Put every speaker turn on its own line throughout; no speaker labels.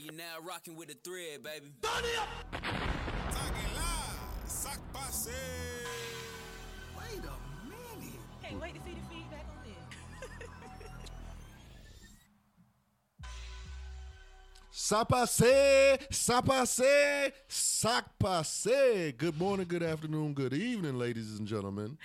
you now rocking with the thread, baby.
Talking live, sock posse.
Wait a minute.
Can't wait to see the feedback on this.
Ça passe, ça passe, sac passe. Good morning, good afternoon, good evening, ladies and gentlemen,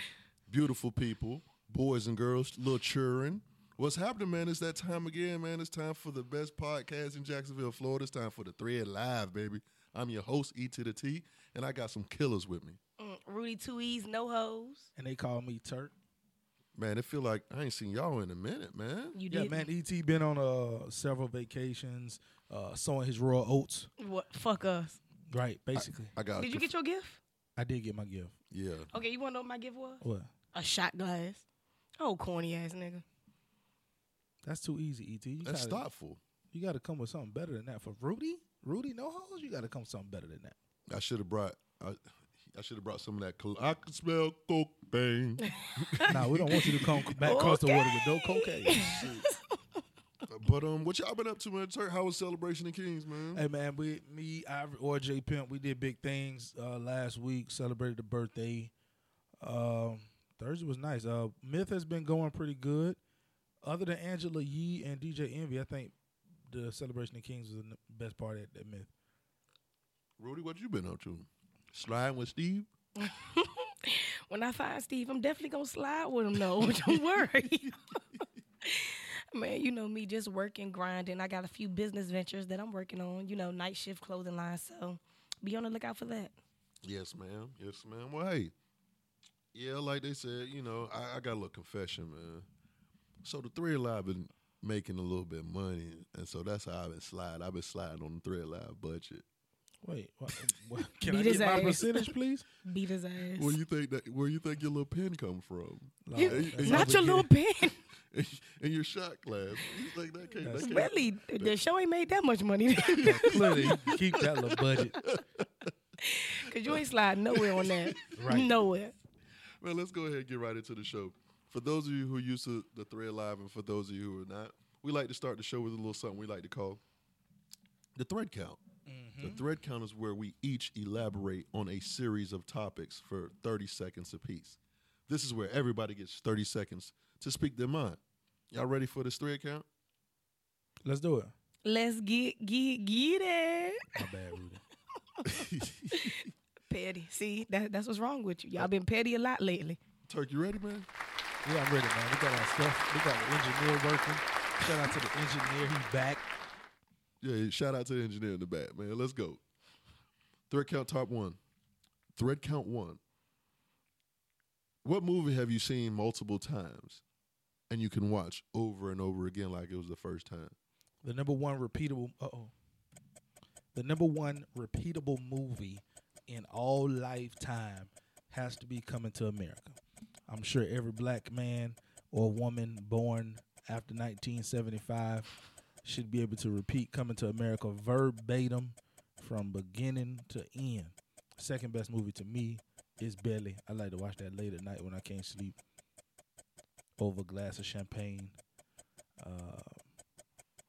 beautiful people, boys and girls, little children. What's happening, man? It's that time again, man. It's time for the best podcast in Jacksonville, Florida. It's time for the Thread Live, baby. I'm your host, E to the T, and I got some killers with me.
Mm, Rudy Two E's, no hoes.
and they call me Turk.
Man, it feel like I ain't seen y'all in a minute, man.
You
Yeah,
did
man. Et been on uh several vacations, uh sowing his raw oats.
What? Fuck us.
Right, basically.
I got.
Did you get your gift?
I, did get my gift.
Yeah.
Okay, you want to know what my gift was?
What?
A shot glass. Oh, corny ass nigga.
That's too easy, Et. You
That's
gotta-
thoughtful.
You got to come with something better than that for Rudy. Rudy, no hoes. You got to come with something better than that.
I should have brought. I, I should have brought some of that. Col- I can smell cocaine.
nah, we don't want you to come back across the water with no cocaine. Shit.
but um, what y'all been up to, man? Turk, how was celebration in Kings,
Mm-hmm.
man?
Hey man, we me Ivory or J Pimp, we did big things uh, last week. Celebrated the birthday. Um, Thursday was nice. Uh, Myth has been going pretty good. Other than Angela Yee and DJ Envy, I think the celebration of Kings was the best part at that Myth.
Rudy, what you been up to? Sliding with Steve.
When I find Steve, I'm definitely gonna slide with him. No, don't worry. Man, you know me, just working, grinding. I got a few business ventures that I'm working on. You know, night shift clothing line. So be on the lookout for that.
Yes, ma'am. Yes, ma'am. Well, hey, yeah, like they said, you know, I, I got a little confession, man. So the Thread Live been making a little bit of money, and so that's how I've been sliding. I've been sliding on the Thread Live budget.
Wait, what, what- can I
Beat his
get my
ass.
percentage, please?
Beat his ass.
Where you think that? Where you think your little pen come from?
Nah, that's
Not your little pen.
in your shot glass. You think that can't? That can't
really, the show ain't made that much money.
Clearly, keep that little budget.
Cause you ain't sliding nowhere on that.
Right.
Nowhere.
Well, let's go ahead and get right into the show. For those of you who are used to the thread live, and for those of you who are not, we like to start the show with a little something we like to call the thread count. The thread count is where we each elaborate on a series of topics for 30 seconds apiece. This is where everybody gets 30 seconds to speak their mind. Y'all ready for this thread count?
Let's do it.
Let's get get get it.
My bad, Rudy.
Petty. See, that, that's what's wrong with you. Y'all been petty a lot lately.
Turk, you ready, man?
Yeah, I'm ready, man. We got our stuff. We got the engineer working. Shout out to the engineer. He's back.
Yeah, yeah, shout out to the engineer in the back, man. Let's go. Thread count top one. Thread count one. What movie have you seen multiple times and you can watch over and over again like it was the first time?
The number one repeatable. Uh oh. The number one repeatable movie in all lifetime has to be Coming to America. I'm sure every black man or woman born after 1975 should be able to repeat Coming to America verbatim from beginning to end. Second best movie to me is Belly. I like to watch that late at night when I can't sleep. Over a glass of champagne. Uh,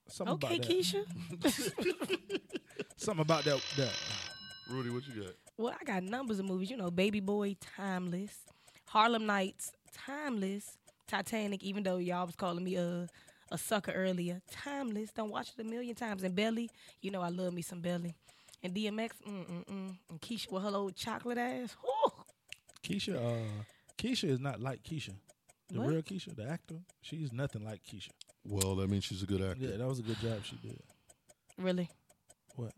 something
Okay,
about that.
Keisha.
Something about that. that.
Rudy, what you got?
Well, I got numbers of movies. You know, Baby Boy, Timeless, Harlem Nights, Timeless, Titanic. Even though y'all was calling me a a sucker earlier, Timeless. Don't watch it a million times. And Belly, you know, I love me some Belly. And DMX, mm mm mm. And Keisha with her old chocolate ass. Whew.
Keisha, uh, Keisha is not like Keisha. The
What?
real Keisha, the actor, she's nothing like Keisha.
Well, that means she's a good actor.
Yeah, that was a good job she did.
Really?
What?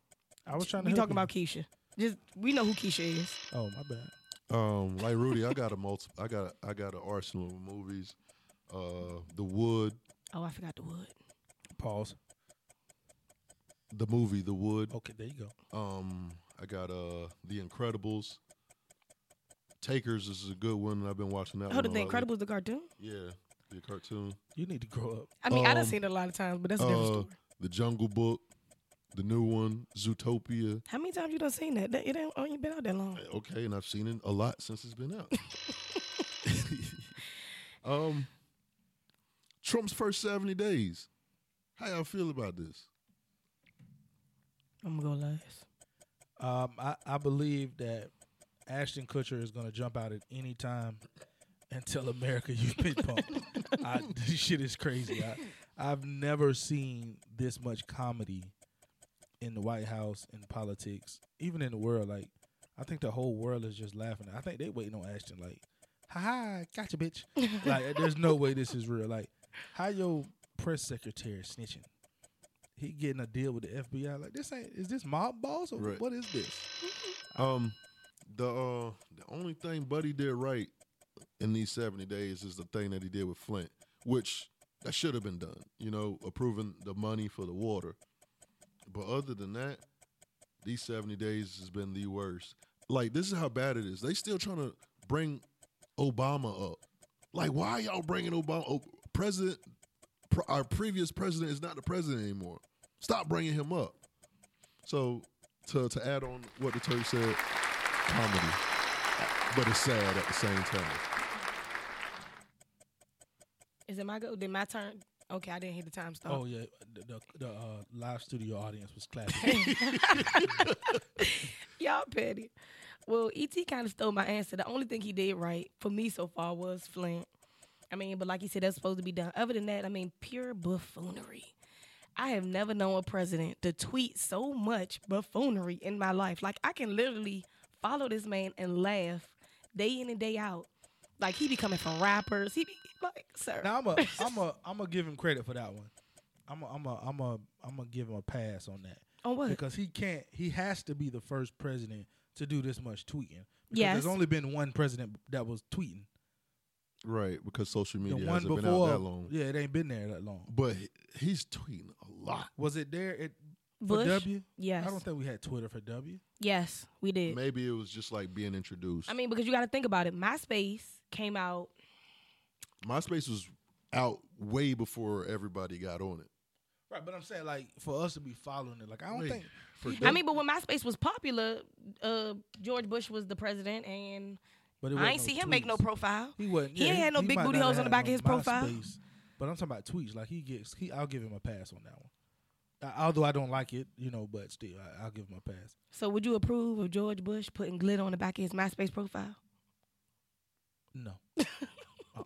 I was trying to.
We
help
talking
you.
about Keisha? Just we know who Keisha is.
Oh my bad.
Um, like Rudy, I got a multi I got a, I got an arsenal of movies. Uh The Wood,
Oh, I forgot the wood.
Pause.
the movie The Wood.
Okay, there you go.
Um, I got uh The Incredibles. Takers is a good one. I've been watching that
Oh,
one
the
a
thing,
lot lately.
Incredibles the cartoon.
Yeah, the cartoon.
You need to grow up.
I mean, I done seen it a lot of times, but that's a different
Uh,
story.
the Jungle Book, the new one, Zootopia.
How many times you done seen that? That- It ain't, ain't been out that long.
Okay, and I've seen it a lot since it's been out. um, Trump's first seventy days. How y'all feel about this?
I'm gonna go last.
Um, I, I believe that Ashton Kutcher is going to jump out at any time and tell America you've been pumped. I, this shit is crazy. I, I've never seen this much comedy in the White House, in politics, even in the world. Like, I think the whole world is just laughing. I think they waiting on Ashton. Like, ha ha, gotcha, bitch. like, there's no way this is real. Like, how your press secretary snitching? He getting a deal with the FBI. Like, this ain't is this mob boss or
Right.
what is this?
Um, the uh, the only thing Buddy did right in these seventy days is the thing that he did with Flint, which that should have been done. You know, approving the money for the water. But other than that, these seventy days has been the worst. Like this is how bad it is. They still trying to bring Obama up. Like, why are y'all bringing Obama? Oh, president, pr- our previous president is not the president anymore. Stop bringing him up. So to to add on what the turd said, comedy, but it's sad at the same time.
Is it my go? Did my turn? Okay, I didn't hit the time start.
Oh yeah, the the, the uh, live studio audience was clapping.
Y'all petty. Well, ET kind of stole my answer. The only thing he did right for me so far was Flint. I mean, but like he said, that's supposed to be done. Other than that, I mean, pure buffoonery. I have never known a president to tweet so much buffoonery in my life. Like I can literally follow this man and laugh day in and day out. Like he be coming from rappers. He be like, sir.
now I'm a I'm a I'm gonna give him credit for that one. I'm a, I'm a, I'm a, I'm gonna give him a pass on that
on what?
because he can't. He has to be the first president to do this much tweeting. Because
Yes.
there's only been one president that was tweeting.
Right, because social
The
media
one
hasn't
before,
been out that long.
yeah, it ain't been there that long.
But he- he's tweeting a lot.
Was it there at for
Bush?
W?
Yes.
I don't think we had Twitter for W.
yes, we did.
Maybe it was just like being introduced.
I mean, because you got to think about it. MySpace came out
MySpace was out way before everybody got on it.
Right, but I'm saying like for us to be following it, like I don't
Wait,
think.
for
he
W?
I mean, but when MySpace was popular, uh, George Bush was the president, and
but
I
it wasn't
ain't
no
see him make no
tweets.
profile.
He wasn't.
He
yeah,
ain't had no big
might
booty
not
holes on
have
the back
had
of
no
his profile.
MySpace, but I'm talking about tweets. Like he gets, he, I'll give him a pass on that one. Uh, although I don't like it, you know, but still, I, I'll give him a pass.
So, would you approve of George Bush putting glitter on the back of his MySpace profile?
No. Uh-uh.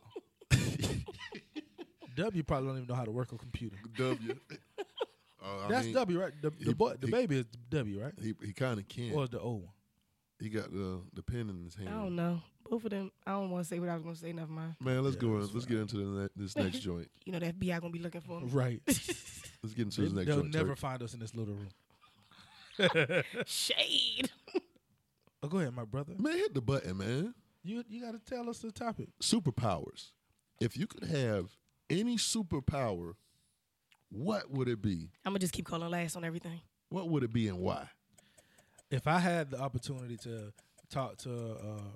w probably don't even know how to work a computer.
W. Uh, I
That's
mean,
W, right? The, the
he-
boy, the
he-
baby is W, right?
He he kind of can.
Or is the old one?
he got the the pen in his hand.
I don't know. Both of them, I don't want to say what I was going to say. Never mind.
Man, let's
Yeah,
go. In.
that's
Let's get into the ne- this next joint.
You know that FBI going to be looking for me.
Right.
Let's get into
they,
this next
will
joint.
never
Turk.
find us in this little room.
Shade.
Oh, go ahead, my brother.
Man, hit the button, man.
You you got to tell us the topic.
superpowers. If you could have any superpower, what would it be?
I'm going to just keep calling last on everything.
What would it be and why?
if I had the opportunity to talk to uh,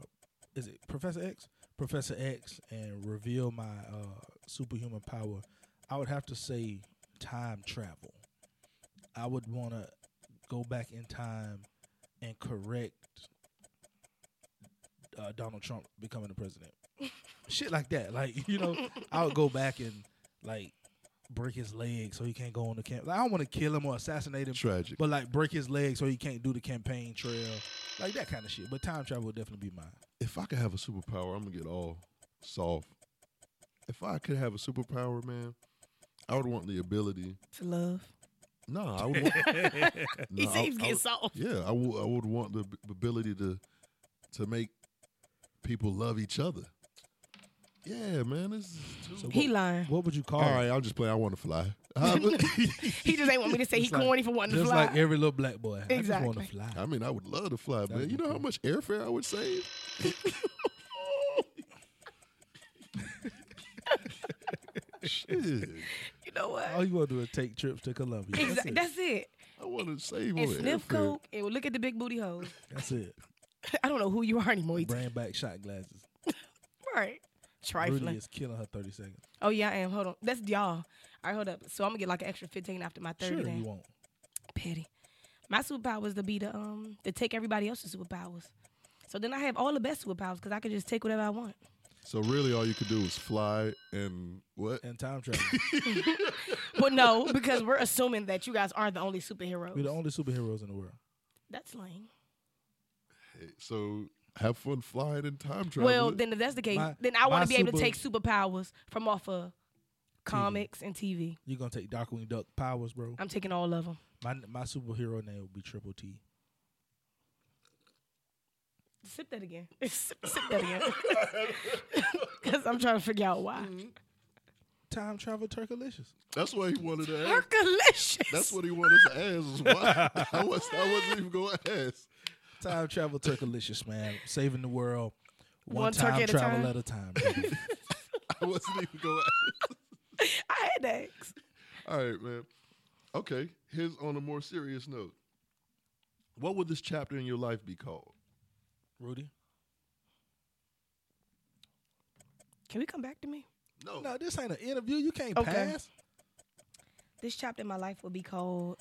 is it Professor X, Professor X, and reveal my uh, superhuman power, I would have to say time travel. I would want to go back in time and correct uh, Donald Trump becoming the president. Shit like that, like you know, I would go back and like break his leg so he can't go on the camp. Like, I don't want to kill him or assassinate him,
Tragic.
but like break his leg so he can't do the campaign trail, like that kind of shit. But time travel would definitely be mine.
If I could have a superpower, I'm gonna get all soft. If I could have a superpower, man, I would want the ability.
To love.
No, I would. Want, Nah,
He
I-
seems
I
getting
would-
soft.
Yeah, I would. I would want the ab- ability to to make people love each other. Yeah, man. This is too.
He lying.
What would you call
all
it?
right, I'm just playing. I want to fly.
He just ain't want me to say he
Just like-
corny for wanting to
Just
fly.
like every little black boy, I just want
Exactly.
to fly.
I mean, I would love to fly, man.
would
You
be
know how
cool.
much airfare I would save? Shit.
you know what?
All you want to do is take trips to Columbia.
Exactly.
That's it.
That's it.
I want to save on
And
the
sniff
airfare.
coke and look at the big booty hoes.
That's it.
I don't know who you are anymore. ET.
Bring back shot glasses.
Right.
Rudy
Trifling.
is killing her thirty seconds.
Oh yeah, I am. Hold on. That's y'all. All right, hold up. So I'm gonna get like an extra 15 after my 30.
Sure,
then.
you won't.
Petty. My superpower was to be the um to take everybody else's superpowers. So then I have all the best superpowers because I can just take whatever I want.
So really, all you could do is fly and what?
And time travel.
but no, because we're assuming that you guys aren't the only superheroes.
We're the only superheroes in the world.
That's lame.
So have fun flying and time travel.
Well, then if that's the case,
My-
then I want
my
to be able to
super-
take superpowers from off of comics and TV.
You're gonna take Darkwing Duck powers, bro.
I'm taking all of them.
My my superhero name will be Triple T.
Sip that again. Sip, sip that again. Because I'm trying to figure out why.
Time travel Turkalicious.
that's what he wanted to ask.
Percolicious.
That's what he wanted to ask. is Why? I, was, I wasn't even going to ask.
Time travel Turkalicious, man. Saving the world. One,
One
time
turkey at a
travel
time?
at a time. baby.
I wasn't even going to ask.
I had to ask.
All right, man. Okay, here's on a more serious note. What would this chapter in your life be called?
Rudy.
Can we come back to me?
No.
No, this ain't an interview. You can't
Okay.
pass.
This chapter in my life will be called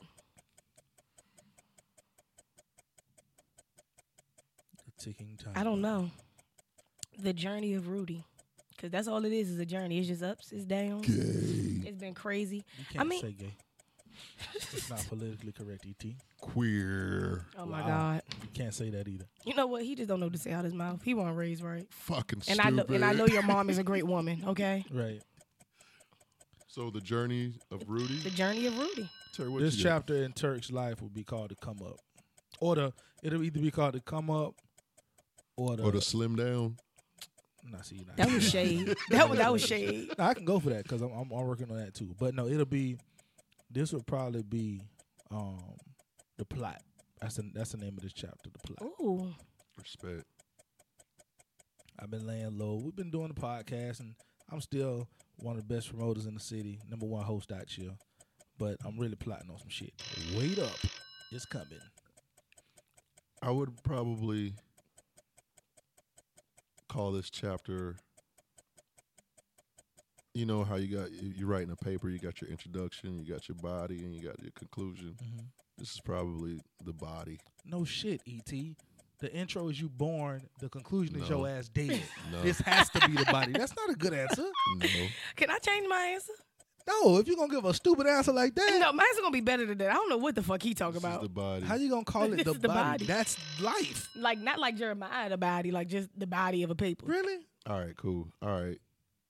The ticking time.
I don't know. The journey of Rudy. Because that's all it is, is a journey. It's just ups, it's downs. It's been crazy.
You
I
can't
mean,
say gay. it's not politically correct, ET. You
Queer.
oh my
Wow.
God.
can't say that either.
You know what? He just don't know what to say out his mouth. He wasn't raised right.
Fucking
And
stupid.
I know, and I know your mom is a great woman, okay?
Right.
So the journey of Rudy.
The journey of Rudy.
Terry, what
this
you got?
chapter in Turk's life will be called the come up. Or the it'll either be called the come up or the,
Or the slim down.
nah, see, nah,
That was
nah.
shade. That was that was shade.
Nah, I can go for that because I'm, I'm I'm working on that too. But no, it'll be this would probably be um the plot. That's the that's the name of this chapter, the plot.
Ooh.
Respect.
I've been laying low. We've been doing the podcast, and I'm still one of the best promoters in the city, number one host out here. But I'm really plotting on some shit. Wait up, it's coming.
I would probably call this chapter. You know how you got you- you're writing a paper, you got your introduction, you got your body, and you got your conclusion.
Mm-hmm.
This is probably the body.
No shit, ET. The intro is you born. The conclusion is
No.
your ass dead.
No.
This has to be the body. That's not a good answer.
No,
Can I change my answer?
No, if you're gonna give a stupid answer like that,
No, my answer gonna be better than that. I don't know what the fuck he talk
this is
about.
the body.
how you gonna call it
This
the,
is the
body?
body.
That's life.
like not like Jeremiah the body, like just the body of a paper.
Really?
All right, cool. All right.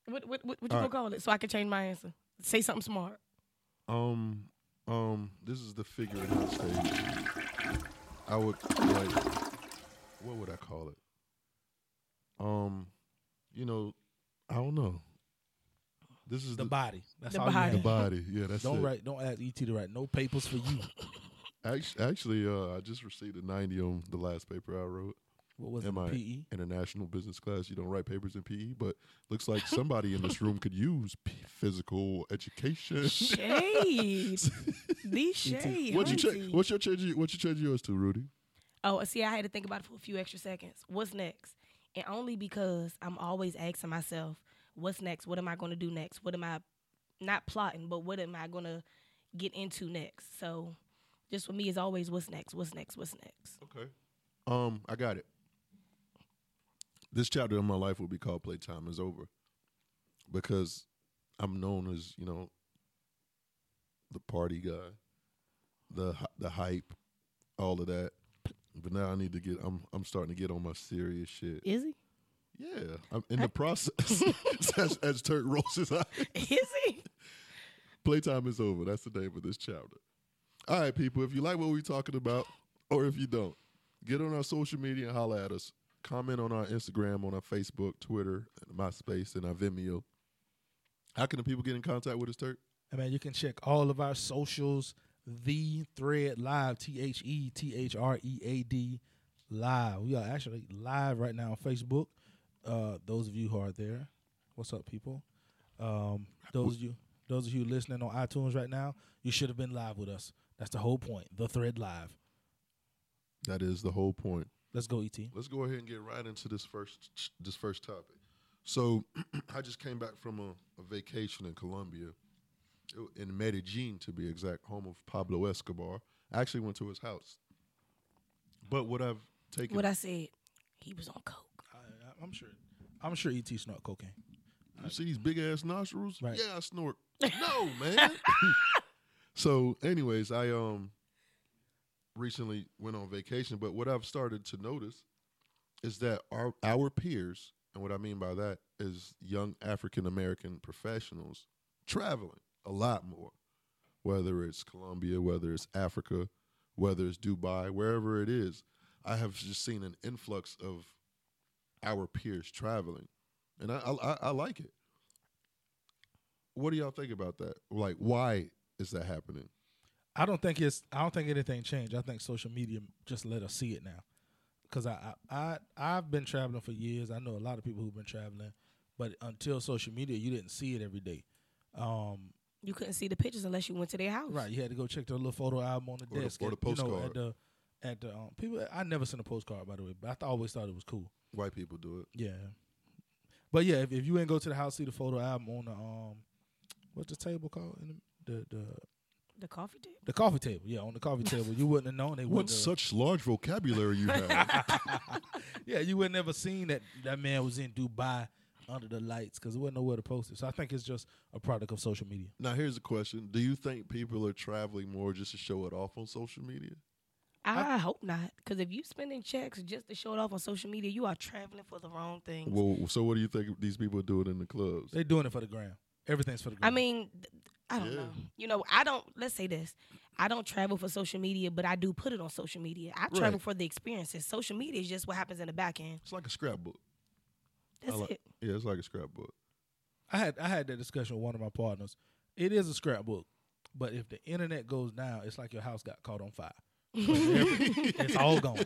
What what what, what you
All
gonna
right.
call it? So I can change my answer. Say something smart.
Um, um, this is the figure it out stage. I would like, what would I call it? Um, you know, I don't know. This is
The
the,
body. That's
The
all
body.
the
you have.
body. Yeah, that's
Don't
it.
write. Don't ask ET to write no papers for you.
Act- Actually, uh, I just received a ninety on the last paper I wrote.
What was
Am
it? E?
I
PE.
international business class? You don't write papers in PE, but looks like somebody in this room could use p- physical education.
Shade. These shade.
What you check?
hunty.
What's your change? What you change yours to, Rudy?
Oh, see, I had to think about it for a few extra seconds. What's next? And only because I'm always asking myself, what's next? What am I going to do next? What am I not plotting, but what am I going to get into next? So, just for me, it's always what's next? What's next? What's next?
Okay. Um, I got it. This chapter of my life will be called "Playtime Is Over," because I'm known as you know the party guy, the hy- the hype, all of that. But now I need to get. I'm I'm starting to get on my serious shit.
Is he?
Yeah, I'm in the process. as, as Turk rolls his eye,
Is he?
"Playtime Is Over." That's the name of this chapter. All right, people. If you like what we're talking about, or if you don't, get on our social media and holler at us. Comment on our Instagram, on our Facebook, Twitter, and MySpace, and our Vimeo. How can the people get in contact with us, Turk?
And man, you can check all of our socials, the thread live, T H E T H R E A D live. We are actually live right now on Facebook. Uh, those of you who are there, what's up, people? Um, those of you, those of you listening on iTunes right now, you should have been live with us. That's the whole point. The thread live.
That is the whole point.
Let's go, E ET.
Let's go ahead and get right into this first this first topic. So, I just came back from a, a vacation in Colombia, It- in Medellin to be exact, home of Pablo Escobar. I actually went to his house, but what I've taken
What I said, he was on coke.
I, I'm sure. I'm sure ET snort cocaine.
You see these big ass nostrils?
Right.
Yeah, I snort. no, man. so, anyways, I um recently went on vacation, but what I've started to notice is that our our peers, and what I mean by that is young African American professionals traveling a lot more. Whether it's Colombia, whether it's Africa, whether it's Dubai, wherever it is, I have just seen an influx of our peers traveling, and I I, I- I like it. What do y'all think about that? Like, why is that happening?
I don't think it's. I don't think anything changed. I think social media just let us see it now, because I, I I I've been traveling for years. I know a lot of people who've been traveling, but until social media, you didn't see it every day. Um,
You couldn't see the pictures unless you went to their house.
right, you had to go check the little photo album on the
Or the-
desk,
or the
at, you know,
postcard.
at the at the um, people. I never sent a postcard by the way, but I th- always thought it was cool.
White people do it.
Yeah, but yeah, if, if you ain't go to the house, see the photo album on the um, what's the table called? In the, the the
The coffee table.
the coffee table. Yeah, on the coffee table, you wouldn't have known they
What
wouldn't have-
such large vocabulary you have?
Yeah, you would never seen that that man was in Dubai under the lights because it wasn't nowhere to post it. So I think it's just a product of social media.
now, here's a question: Do you think people are traveling more just to show it off on social media?
I, hope not, because if you spending checks just to show it off on social media, you are traveling for the wrong things.
Well, so what do you think these people are doing in the clubs?
They doing it for the gram. Everything's for the gram.
I mean, th- I don't
Yeah.
know. You know, I don't. Let's say this: I don't travel for social media, but I do put it on social media. I travel
Right.
for the experiences. Social media is just what happens in the back end.
It's like a scrapbook. I
That's
like-
it.
Yeah, it's like a scrapbook.
I had I had that discussion with one of my partners. It is a scrapbook, but if the internet goes down, it's like your house got caught on fire. it's all gone.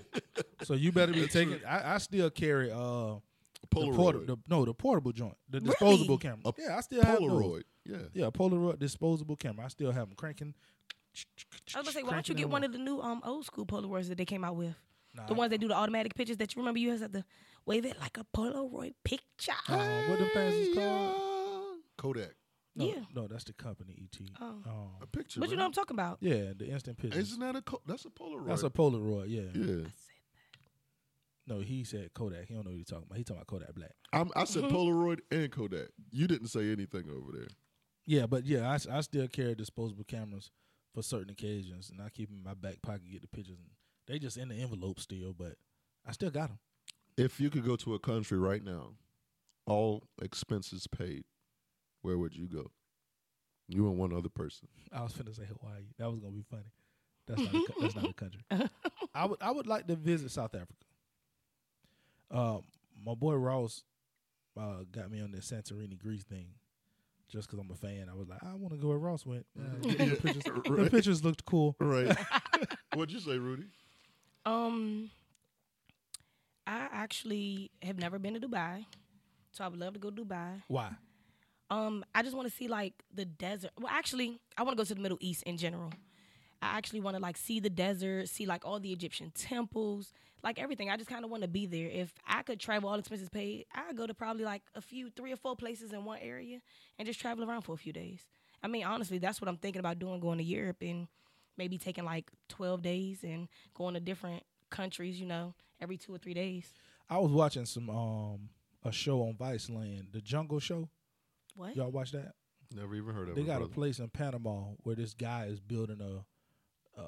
So you better be taking. I, I still carry uh the porta-
Polaroid.
the, no the portable joint, the
Really?
disposable camera.
A
yeah, I still have those.
Polaroid. Yeah.
Yeah, Polaroid disposable camera. I still have them cranking.
I was gonna say, why don't you
cranking
get
them
one
up.
of the new um old school Polaroids that they came out with?
Nah,
the
I-
ones that do the automatic pictures that you remember you had to wave it like a Polaroid picture.
Oh.
Uh, what them things is called?
Kodak.
No,
Yeah.
no, that's the company ET.
Oh.
Um,
A picture.
But you know
man.
what I'm talking about.
yeah, the instant pictures.
Isn't that a co- that's a Polaroid?
That's a Polaroid. Yeah.
yeah.
No, he said Kodak. He don't know what he's talking about. He talking about Kodak Black.
I'm, I said Polaroid and Kodak. You didn't say anything over there.
Yeah, but yeah, I, s- I still carry disposable cameras for certain occasions, and I keep 'em in my back pocket. Get the pictures. And they just in the envelope still, but I still got them.
If you could go to a country right now, all expenses paid, where would you go? You and one other person.
I was finna say Hawaii. That was gonna be funny. That's not a, cou- that's not a country. I would I would like to visit South Africa. Um, my boy Ross uh, got me on this Santorini Greece thing, just because I'm a fan. I was like, I want to go where Ross went. Uh, get them pictures. The
Right.
pictures looked cool.
Right. What'd you say, Rudy?
Um, I actually have never been to Dubai, so I would love to go to Dubai.
Why?
Um, I just want to see like the desert. Well, actually, I want to go to the Middle East in general. I actually want to like see the desert, see like all the Egyptian temples, like everything. I just kind of want to be there. If I could travel all expenses paid, I'd go to probably like a few, three or four places in one area and just travel around for a few days. I mean, honestly, that's what I'm thinking about doing going to Europe and maybe taking like 12 days and going to different countries, you know, every two or three days.
I was watching some um a show on Vice Land, the Jungle Show.
What?
Y'all watch that?
Never even heard of
They
it.
got a
brother.
place in Panama where this guy is building a uh,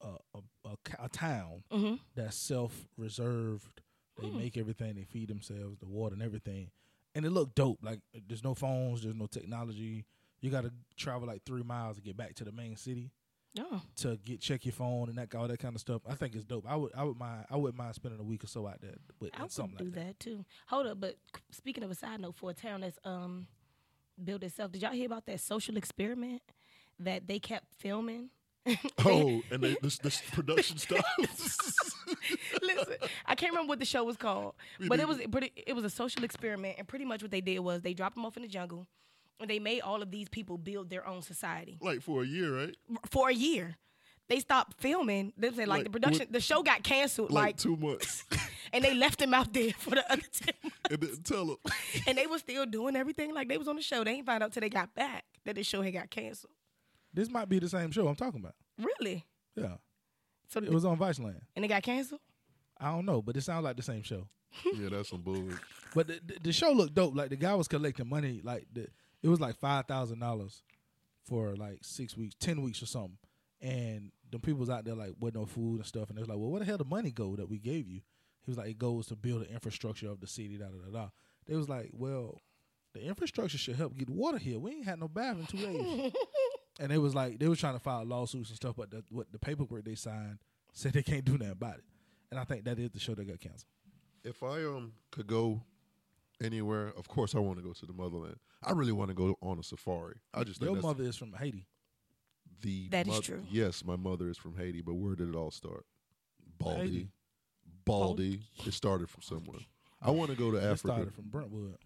a a, a, a, ca- a town
Mm-hmm.
that's self reserved. They
Hmm.
make everything, they feed themselves, the water and everything. And it looked dope. Like uh, there's no phones, there's no technology. You gotta travel like three miles to get back to the main city
Yeah.
to get check your phone and that all that kind of stuff. I think it's dope. I would I would mind I wouldn't mind spending a week or so out there with
I would
something
do
like that.
that. too. Hold up, but c- speaking of a side note, for a town that's um built itself, did y'all hear about that social experiment that they kept filming?
Oh, and they, this this production stuff.
Listen, I can't remember what the show was called, but it was pretty. It was a social experiment, and pretty much what they did was they dropped them off in the jungle, and they made all of these people build their own society
like for a year, right?
for a year. They stopped filming. They said like,
Like,
the production,
what-
the show got canceled,
Like,
like,
two months.
and they left them out there for the other ten months.
and then tell them.
and they was still doing everything like they was on the show. They ain't find out till they got back that the show had got canceled.
This might be the same show I'm talking about.
Really?
Yeah.
So
It was on Vice Land.
and it got canceled.
I don't know, but it sounds like the same show.
Yeah, that's some bull.
But the, the- the show looked dope. Like the guy was collecting money. Like the, it was like five thousand dollars for like six weeks, ten weeks or something. And the people was out there like with no food and stuff. And they was like, "Well, where the hell the money go that we gave you?" He was like, "It goes to build the infrastructure of the city." Da da da da. They was like, "Well, the infrastructure should help get water here. We ain't had no bath in two days." and they was like, they was trying to file lawsuits and stuff, but the, what the paperwork they signed said they can't do nothing about it. And I think that is the show that got canceled.
If I um could go anywhere, of course I want to go to the motherland. I really want to go on a safari. I just think
Your
that's
mother is from Haiti.
the
That is
moth-
true.
Yes, my mother is from Haiti, but where did it all start? Baldy.
Haiti.
Baldy. It started from somewhere. I want to go to
It
Africa.
started from Brentwood.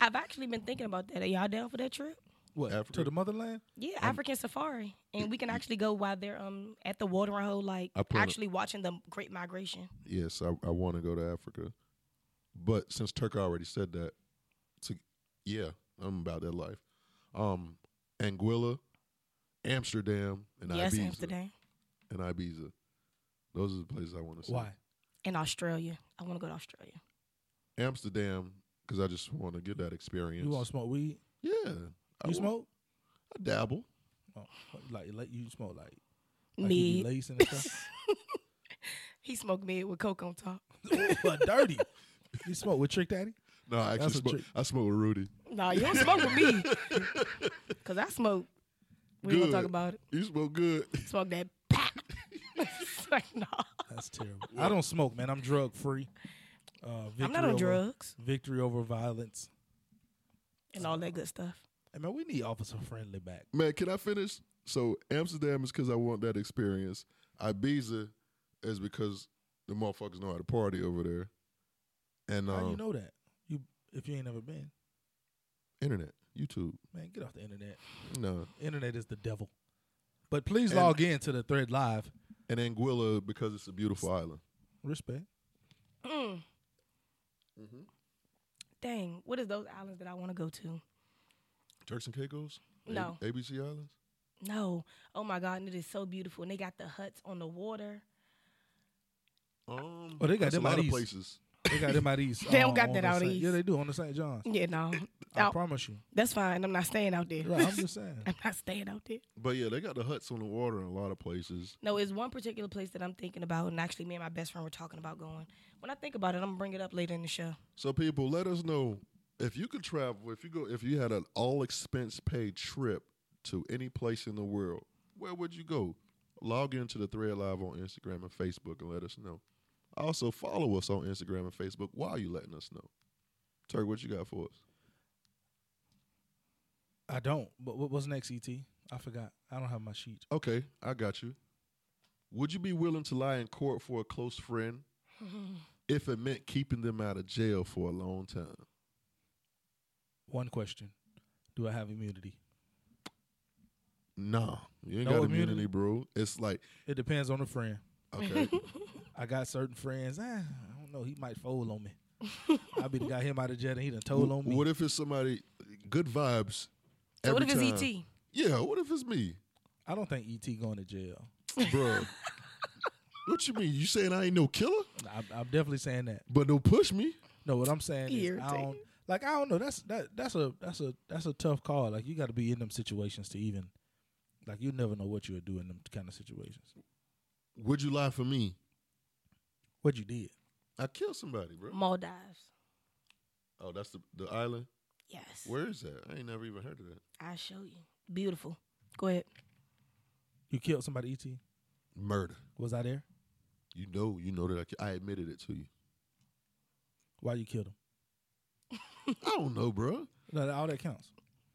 I've actually been thinking about that. Are y'all down for that trip?
What
Africa?
to the motherland?
Yeah, African safari, and we can actually go while they're um at the watering hole, like
I plan to-
actually watching the Great Migration.
Yes, I, I want to go to Africa. But since Turk already said that, to, yeah, I'm about that life. Um, Anguilla, Amsterdam, and
yes,
Ibiza.
Amsterdam
And Ibiza. Those are the places I want to see.
Why?
and Australia. I want to go to Australia.
Amsterdam, because I just want to get that experience.
You want to smoke weed?
yeah. I
You
wa-
smoke?
I dabble.
Oh, like, like you smoke like, like you be
Mid,
lacing and stuff.
he smoked mid with coke on top.
Ooh, but dirty. You smoke with Trick Daddy?
No, I actually
That's a
smoke.
trick.
I smoke with Rudy.
Nah, you don't smoke with me, cause I smoke. We ain't gonna talk
Good.
about it.
You smoke good.
Smoke that pack. like, nah,
That's terrible. I don't smoke, man. I'm drug free. Uh, victory
I'm not on
over,
drugs
Victory over violence.
and all that good stuff.
Hey, man, we need Officer Friendly back.
Man, can I finish? So Amsterdam is because I want that experience. Ibiza is because the motherfuckers know how to party over there. And
How
um,
you know that? You if you ain't never been,
internet, YouTube.
man, get off the internet.
No,
Internet is the devil. But please
And-
log in to the thread live.
and Anguilla because it's a beautiful island.
Respect.
Mm.
Mm-hmm.
Dang, what is those islands that I want to go to?
Turks and Caicos. A-
No.
ABC Islands.
No, oh my God, and it is so beautiful. And they got the huts on the water.
Um,
Oh, they got
that's a
them out
lot of
east.
places.
They got them out east.
They don't
uh,
got
on
that
the
out
Saint-
east.
Yeah, they do on the St. John's.
Yeah, no,
I
Out-
promise you.
that's fine. I'm not staying out there.
Right, I'm just saying.
I'm not staying out there.
But yeah, they got the huts on the water in a lot of places.
No, it's one particular place that I'm thinking about, and actually, me and my best friend were talking about going. When I think about it, I'm gonna bring it up later in the show.
So people, let us know if you could travel, if you go, if you had an all expense paid trip to any place in the world, where would you go? Log into the Thread Live on Instagram and Facebook and let us know. Also follow us on Instagram and Facebook while you letting us know. Turk, what you got for us?
I don't. But what was next, ET? I forgot. I don't have my sheet.
Okay, I got you. Would you be willing to lie in court for a close friend if it meant keeping them out of jail for a long time?
One question: Do I have immunity?
Nah, you ain't
No
got
immunity?
immunity, bro. It's like
It depends on the friend.
okay,
I got certain friends. Ah, I don't know. He might fold on me. I be the guy him out of jail and he done told on me.
What if it's somebody good vibes?
So what if
every
it's E
time.
ET?
Yeah, what if it's me,
I don't think ET going to jail.
bro? what you mean? You saying I ain't no killer,
I, I'm definitely saying that.
but don't push me?
No, what I'm saying
He
is I don't
irritating.
like. I don't know. That's that. That's a that's a that's a tough call. Like you got to be in them situations to even like you never know what you would do in them kind of situations.
Would you lie for me?
What you did.
I killed somebody, bro.
Maldives.
Oh, that's the the island.
Yes,
Where is that? I ain't never even heard of that.
I show you. Beautiful. Go ahead.
You killed somebody. Et
Murder.
was I there?
You know, you know that I, ki- I admitted it to you.
Why you killed him?
I don't know, bro.
No, that- all that counts.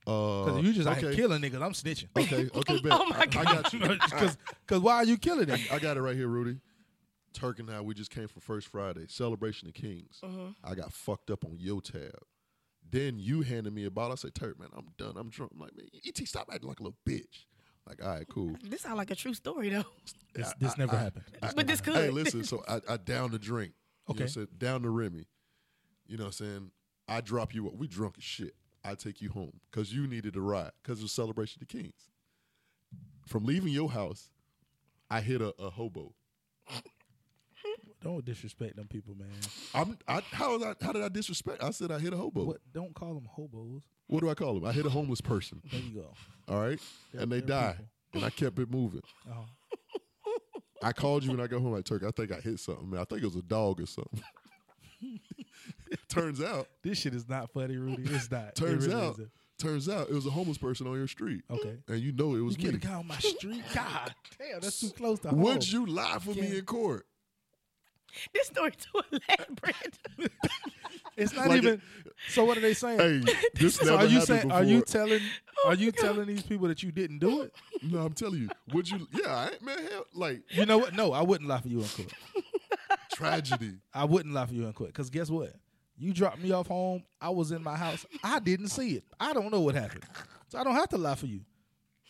Uh,
Cause you just out
okay.
here killing niggas. I'm snitching.
Okay, okay, bet.
Oh my
I, I got you.
Cause, cause why are you killing them?
I got it right here, Rudy. Turk and I, we just came from First Friday, Celebration of Kings.
Mm-hmm.
I got fucked up on your tab. Then you handed me a bottle. I said, Turk, man, I'm done. I'm drunk. I'm like, man, ET, stop acting like a little bitch. Like, all right, cool.
This sounds like a true story though.
This, this never happened.
But this could.
Hey, listen, so I, I down the drink. You know what I'm
Okay.
saying? Down the Remy. You know what I'm saying? I drop you up. We drunk as shit. I take you home because you needed a ride because of Celebration of Kings. From leaving your house, I hit a, a hobo.
Don't disrespect them people, man.
I'm, I, how, was I, how did I disrespect? I said I hit a hobo.
What? Don't call them hobos.
what do I call him? I hit a homeless person.
There you go.
All right, and they
they're
die,
people.
and I kept it moving.
Oh.
I called you when I got home. Like Turk, I think I hit something. Man. I think it was a dog or something. it turns out,
This shit is not funny, Rudy. It's not. It
turns
really
out,
isn't.
turns out, it was a homeless person on your street.
Okay.
and you know it was
You get a
me.
guy on my street. God damn, that's too close to home.
Would you lie for me
Yeah.
in court?
This story too elaborate.
It's not
Like
even. so what are they saying?
Hey, this never
so are you
happened
saying?
before. Oh
Are you telling? Are you telling these people that you didn't do it?
no, I'm telling you. Would you? Yeah, all right, man. Hell, like
You know what? No, I wouldn't lie for you in court.
tragedy.
I wouldn't lie for you in court. Because guess what? You dropped me off home. I was in my house. I didn't see it. I don't know what happened. So I don't have to lie for you.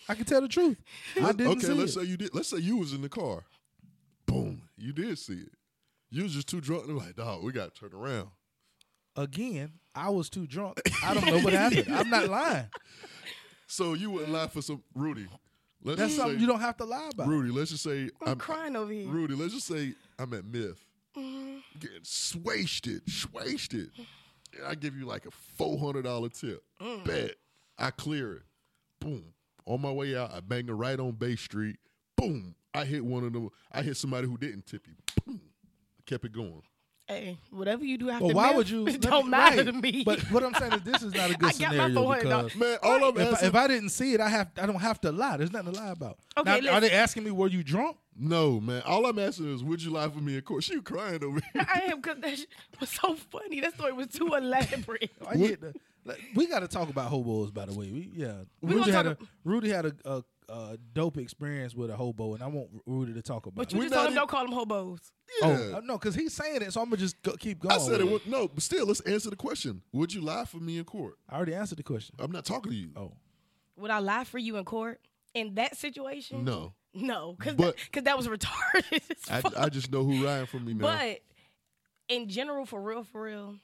I can tell the truth. I didn't
okay,
see
let's
it.
say you did. Let's say you was in the car. Boom, you did see it. You was just too drunk. They're like, dog, we got to turn around.
Again, I was too drunk. I don't know what happened. I'm not lying.
So you wouldn't lie for some Rudy. Let's
That's
just
something
say-
you don't have to lie about.
Rudy, let's just say
I'm crying over here.
Rudy, let's just say I'm at Myth,
Mm-hmm.
getting swasted, swasted. And I give you like a four hundred dollar tip.
Mm-hmm.
Bet I clear it. Boom. On my way out, I bang it right on Bay Street. Boom. I hit one of them. I hit somebody who didn't tip you. Boom. Kept it going.
hey, whatever you do after
But why
this,
would you?
it
let
don't matter
right.
to me.
But what I'm saying is, this is not a good
I got my
scenario
$400.
because
Man, all I'm
if I,
asking.
if I didn't see it, I have I don't have to lie. There's nothing to lie about.
Okay,
Now, are
listen.
they asking me were you drunk?
no, man. All I'm asking is, would you lie for me in court? She crying over here.
I am because that shit was so funny. That story was too elaborate.
I get the, like, we got to talk about hobos, by the way. We, yeah, Rudy
gonna
had, a,
talk-
Rudy had a, a a dope experience with a hobo, and I want Rudy to talk about.
But
it.
you
We
just told
not
him
e-
don't call them hobos.
oh no, because he's saying it, so I'm gonna just go, keep going.
I said it.
with
would- No, but still, let's answer the question. Would you lie for me in court?
I already answered the question.
I'm not talking to you.
Oh,
Would I lie for you in court in that situation?
No.
no, because
But-
that, 'cause that was retarded. as
I,
fuck.
I just know who riding for me now.
But in general, for real, for real,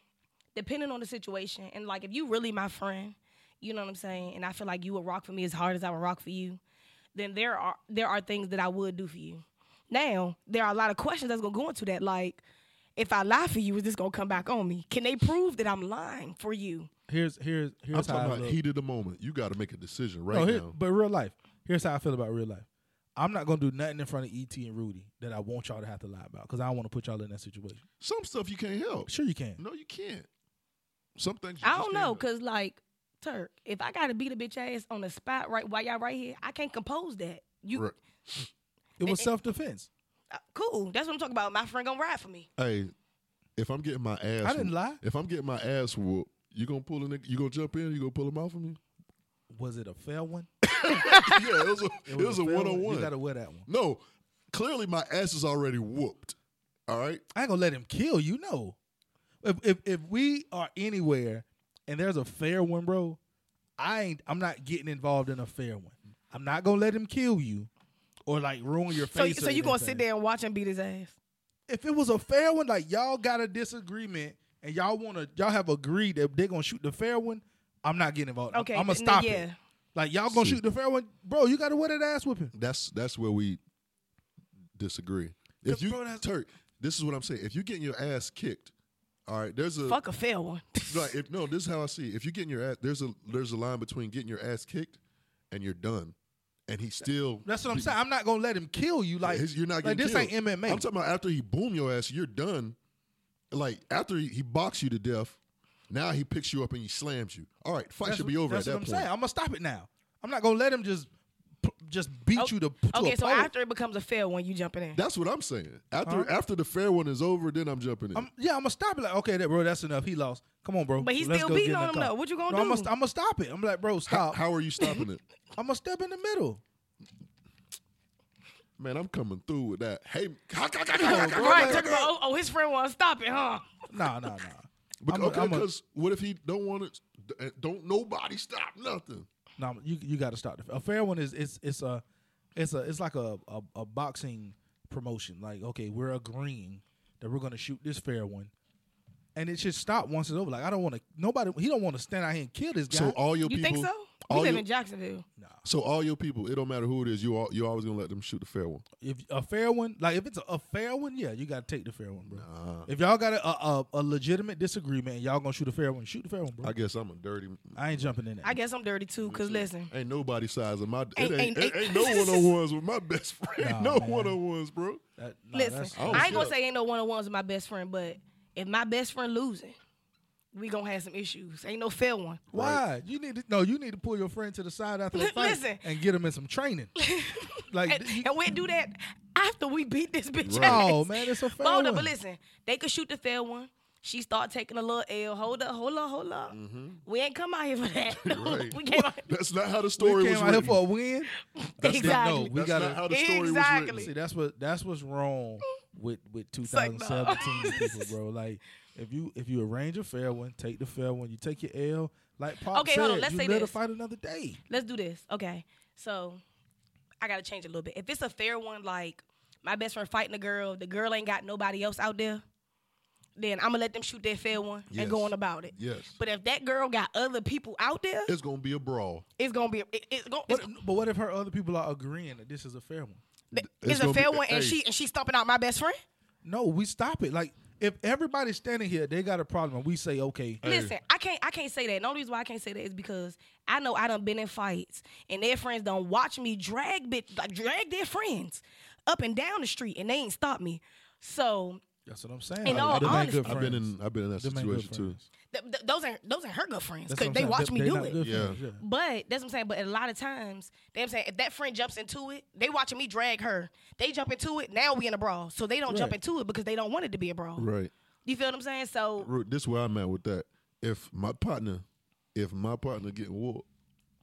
depending on the situation, and like if you really my friend, you know what I'm saying, and I feel like you would rock for me as hard as I would rock for you, then there are there are things that I would do for you. Now there are a lot of questions that's gonna go into that, like. If I lie for you, is this gonna come back on me? Can they prove that I'm lying for you?
here's here's here's
I'm
how I
talking about
look.
heat of the moment. You got to make a decision right
No, here-
now.
but real life. Here's how I feel about real life. I'm not gonna do nothing in front of ET and Rudy that I want y'all to have to lie about because I don't want to put y'all in that situation.
Some stuff you can't help.
Sure, you can.
No, you can't. Some things. You just
I don't
can't
know,
help.
cause like Turk, if I gotta beat a bitch ass on the spot right while y'all right here, I can't compose that. You
Right.
It was self defense.
uh, cool? That's what I'm talking about. My friend gonna ride for me.
Hey, if I'm getting my ass,
I didn't
whoop-
lie.
If I'm getting my ass whooped, you gonna pull a nigga? You gonna jump in? You gonna pull him out for me?
Was it a fair one?
yeah, it was a it was, a
fair
one on
You gotta
one.
wear that one.
No, clearly my ass is already whooped. All right,
I ain't gonna let him kill you. No. If if if we are anywhere and there's a fair one, bro, I ain't. I'm not getting involved in a fair one. I'm not gonna let him kill you or like ruin your
So,
face.
so
or
you gonna
anything.
sit there and watch him beat his ass?
if it was a fair one, like y'all got a disagreement and y'all want to, y'all have agreed that they're gonna shoot the fair one. I'm not getting involved.
Okay,
I'm gonna
n-
stop it.
yeah.
Like y'all gonna
See.
shoot the fair one, bro. You gotta wear that ass whipping.
that's that's where we disagree. If
The-
you
bro, that's-
Turk, this is what I'm saying. If you're getting your ass kicked, all right, there's
Uh,
a
Fuck a fair one.
Like if no, this is how I see. It. If you're getting your ass, there's a there's a line between getting your ass kicked and you're done, and he still.
That's what I'm saying. I'm not gonna let him kill you. Like
his- you're not
like
getting
this ain't
killed.
MMA.
I'm talking about after he boom your ass, you're done. Like after he, he boxed you to death, now he picks you up and he slams you. All right, fight
that's
should be
what-
over
That's
at that
what I'm
point.
saying. I'm gonna stop it now. I'm not gonna let him just p- just beat you to, to
okay,
a
so
pulp.
after it becomes a fair one, you jumping in.
That's what I'm saying. After
All right.
after the fair one is over, then I'm jumping in.
I'm, yeah, I'm gonna stop it. Like, okay, that, bro, that's enough. He lost. Come on, bro.
But he
Let's
still
go
beating
get
on
in
him,
the car.
though. What you gonna
no, I'm
do?
gonna, I'm gonna stop it. I'm like, bro,
how,
stop.
how are you stopping it?
I'm gonna step in the middle.
Man, I'm coming through with that. Hey,
right, talking about, oh, oh, his friend wants to stop it, huh?
Nah, nah, nah.
Bec-
I'm a-
okay,
I'm a-
because what if he don't want it? d- Don't nobody stop nothing.
No, you you got to stop. the- A fair one is it's it's a it's a it's like a, a a boxing promotion. Like okay, we're agreeing that we're gonna shoot this fair one, and it should stop once it's over. Like I don't want to nobody. He don't want to stand out here and kill this guy.
So all your
You
people,
think so? We
All
live
you-
in Jacksonville.
So all your people, it don't matter who it is, you all, you're always gonna let them shoot the fair one.
If a fair one, like if it's a, a fair one, yeah, you gotta take the fair one, bro. If y'all got a, a a legitimate disagreement and y'all gonna shoot a fair one, shoot the fair one, bro.
I
I,
guess I'm a dirty.
ain't jumping in there.
I guess I'm dirty too, because listen,
Ain't nobody sizing my. It ain't,
Ain't-
ain't,
ain't-
ain't, no one on ones with my best friend.
Nah,
no
man.
one on ones, bro.
That- nah,
listen,
that's-
oh,
I ain't gonna
shit.
say ain't no one on ones with my best friend, but if my best friend losing, we gonna have some issues. Ain't no fair one.
why you need to no, you need to pull your friend to the side after the fight
Listen.
and get him in some training. like
And,
you-
and we do that after we beat this bitch
Right.
ass.
Oh, man, it's a fair
Hold up,
one.
but listen, they could shoot the fair one. She start taking a little L. Hold up, hold up, hold up. We ain't come out here for that.
Mm-hmm. Right.
we came out.
That's not how the
we
story
came
was
out here
written.
for a win.
That's exactly.
No, we
That's not how
gotta
the story was
Exactly.
written.
see. That's what that's what's wrong with with
like, no.
2017 people, bro. Like if you if you arrange a fair one, take the fair one. You take your L. Like Pop
Okay,
said,
hold on, let's
you
say
let her
this.
fight another day.
Let's do this. Okay. So I gotta change it a little bit. If it's a fair one, like my best friend fighting a girl, the girl ain't got nobody else out there, then I'm gonna let them shoot their fair one
Yes.
and go on about it.
Yes.
But if that girl got other people out there,
It's gonna be a brawl.
it's gonna be it, it's gonna
But,
it's,
but what if her other people are agreeing that this is a fair one?
it's
it's
gonna
a fair
be-
one and
hey.
she and she stomping out my best friend.
No, we stop it. Like if everybody's standing here, they got a problem, and we say okay.
Listen, I can't I can't say that. And the only reason why I can't say that is because I know I done been in fights and their friends done watch me drag bit like drag their friends up and down the street and they ain't stop me. So
That's what I'm saying.
In
Like,
all
them ain't
honesty-
good
I've been
friends.
in. uh, I've been in that
Them ain't good
situation too.
friends.
th- th- those aren't those aren't her good friends
That's
because
what I'm
they
saying.
watch
They-
me
they
do
not
it.
good
Yeah.
friends, yeah.
But that's what I'm saying. But a lot of times, they what I'm saying if that friend jumps into it, they watching me drag her. They jump into it. Now we in a brawl, so they don't jump
Right.
into it because they don't want it to be a brawl.
Right.
You feel what I'm saying? So
Ru- This where I'm at with that. If my partner, if my partner getting whooped,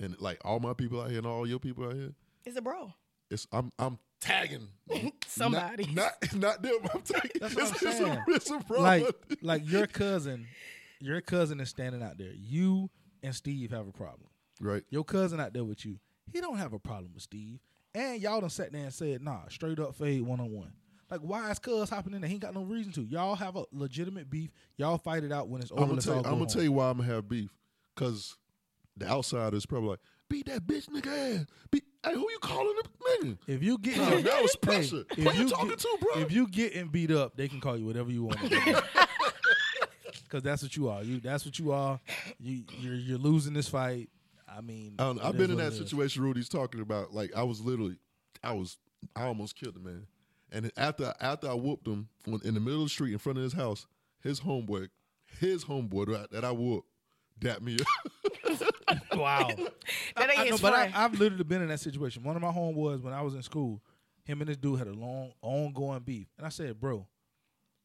and like all my people out here and all your people out here,
it's a brawl.
it's I'm I'm tagging
Somebody.
Not not, not them. I'm tagging.
That's what
it's,
I'm
it's
saying.
a, it's a problem.
like like your cousin, your cousin is standing out there. You and Steve have a problem.
right.
Your cousin out there with you, he don't have a problem with Steve. And y'all done sat there and said, nah, straight up fade one on one. Like why is Cuz hopping in there? He ain't got no reason to. Y'all have a legitimate beef. Y'all fight it out when it's over.
I'm gonna
Let's
tell you,
all go
I'm gonna
home.
tell you why I'm gonna have beef. Cause the outsider is probably like, beat that bitch nigga ass. Beat, hey, who you calling a nigga?
If you get
Bro, that was pressure.
if
Who you
get-
talking to, bro?
If you getting beat up, they can call you whatever you want. Because that's what you are. You that's what you are. You you're, you're losing this fight. I mean,
I don't know.
it
I've
is
been in
what
that
it is.
situation Rudy's talking about. Like I was literally, I was, I almost killed the man. And then after after I whooped him on- in the middle of the street in front of his house, his homeboy, his homeboy that, that I whooped, dapped me up.
Wow.
That ain't
I know,
his
but I,
friend.
I've literally been in that situation. One of my homeboys when I was in school, him and this dude had a long ongoing beef, and I said, "Bro,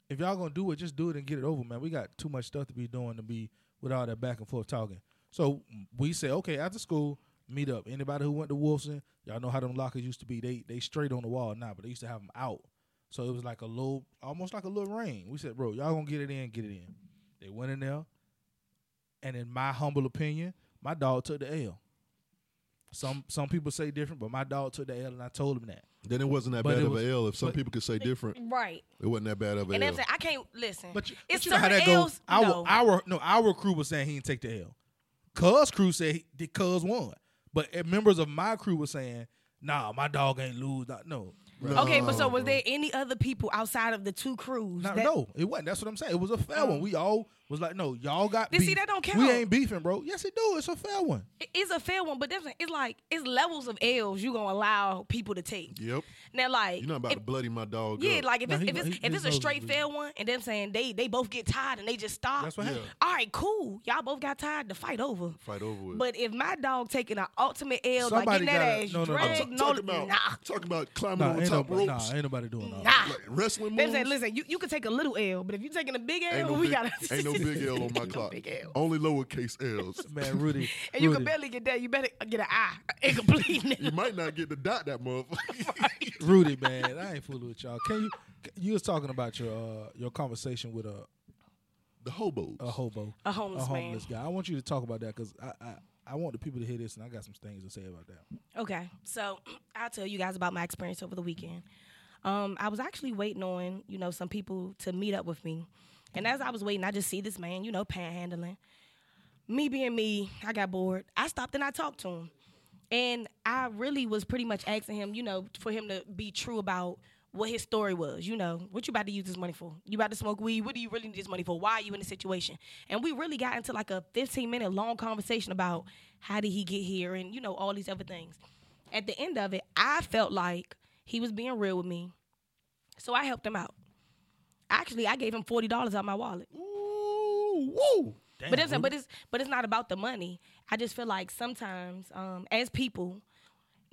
if y'all gonna do it, just do it and get it over, man. We got too much stuff to be doing to be with all that back and forth talking." So we said, "Okay, after school, meet up. Anybody who went to Wolfson, y'all know how them lockers used to be. They they straight on the wall now, but they used to have them out. So it was like a little, almost like a little rain. We said, "Bro, y'all gonna get it in, get it in." They went in there, and in my humble opinion, my dog took the L. Some some people say different, but my dog took the L, and I told him that.
Then it wasn't that
But
bad
it
of
was-
a L. If some
but-
people could say different,
right.
it wasn't that bad of a
And
L.
I'm saying I can't listen.
But you,
it's
but you know how
certain
that goes.
L's,
Our
no.
our no our crew was saying he didn't take the L. Cuz crew said he, the Cuz won, but uh, members of my crew were saying, "Nah, my dog ain't lose." Nah, no,
okay, but
No,
so was there any other people outside of the two crews?
Nah,
that-
no, it wasn't. That's what I'm saying. It was a fair one. We all was like, "No, y'all got."
Then see,
beef.
that don't
We
count.
ain't beefing, bro. Yes, it do. It's a fair one.
It- It's a fair one, but definitely it's like it's levels of L's you gonna allow people to take.
yep.
Now, like
You're not about
if-
to bloody my dog.
Yeah,
up.
like if
No,
it's
he-
if it's
he-
if
his
it's a
nose is
straight
bleeding.
fair one, and them saying they they both get tired and they just stop.
That's what happened.
All right, cool. Y'all both got tired. The fight over.
Fight over with.
But if my dog taking an ultimate L,
Somebody
like getting that
gotta-
ass
no, no, no.
I'm
Heck,
ta-
dragged, no,
talking about
nah,
talking about climbing
Nah,
on
ain't,
top
nobody,
ropes,
nah, ain't nobody doing all that.
nah.
like wrestling
They
moves.
saying, listen, you, you can take a little L, but if you taking a big L,
ain't no
we
big,
gotta
ain't no big L on my
Ain't no
clock.
big L.
Only lowercase L's.
Man, Rudy,
And you can
Rudy.
barely get that. You better get an I. Incomplete.
you might not get the dot that motherfucker.
Rudy, man, I ain't fooling with y'all. Can you? You was talking about your uh, your conversation with uh, a
the hobos.
a hobo,
A homeless man.
guy. I want you to talk about that because I, I I want the people to hear this, and I got some things to say about that.
Okay, so I'll tell you guys about my experience over the weekend. Um, I was actually waiting on, you know, some people to meet up with me. And as I was waiting, I just see this man, you know, panhandling. me being me, I got bored. I stopped and I talked to him. And I really was pretty much asking him, you know, for him to be true about what his story was. You know, what you about to use this money for? You about to smoke weed? What do you really need this money for? Why are you in this situation? And we really got into like a 15 minute long conversation about how did he get here and, you know, all these other things. At the end of it, I felt like he was being real with me. So I helped him out. Actually, I gave him $40 out of my wallet.
Ooh, woo.
But it's but it's but it's not about the money. I just feel like sometimes, um, as people,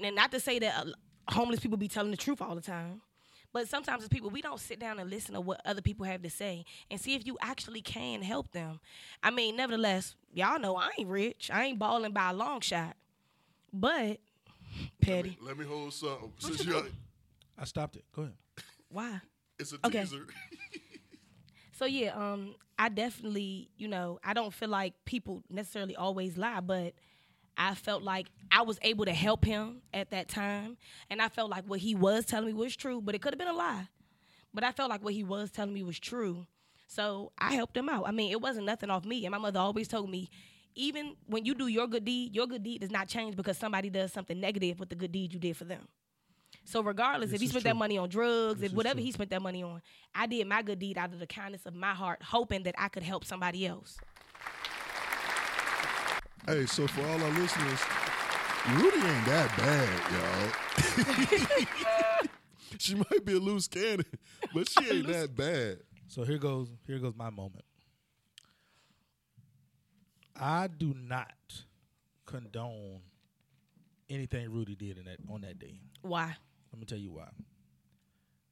and not to say that uh, homeless people be telling the truth all the time, but sometimes as people, we don't sit down and listen to what other people have to say and see if you actually can help them. I mean, nevertheless, y'all know I ain't rich. I ain't balling by a long shot, but petty.
Let me hold something. Since you
I stopped it. Go ahead.
Why?
it's a
Okay.
teaser.
So yeah, um, I definitely, you know, I don't feel like people necessarily always lie, but I felt like I was able to help him at that time, and I felt like what he was telling me was true, but it could have been a lie. But I felt like what he was telling me was true, so I helped him out. I mean, it wasn't nothing off me, and my mother always told me. Even when you do your good deed, your good deed does not change because somebody does something negative with the good deed you did for them. So regardless, if he
is
spent
true.
that money on drugs,
This
if
is
whatever
true.
he spent that money on, I did my good deed out of the kindness of my heart, hoping that I could help somebody else.
Hey, so for all our listeners, Rudy ain't that bad, y'all. she might be a loose cannon, but she ain't that bad.
So here goes here goes my moment. I do not condone anything Rudy did in that on that day.
Why?
Let me tell you why.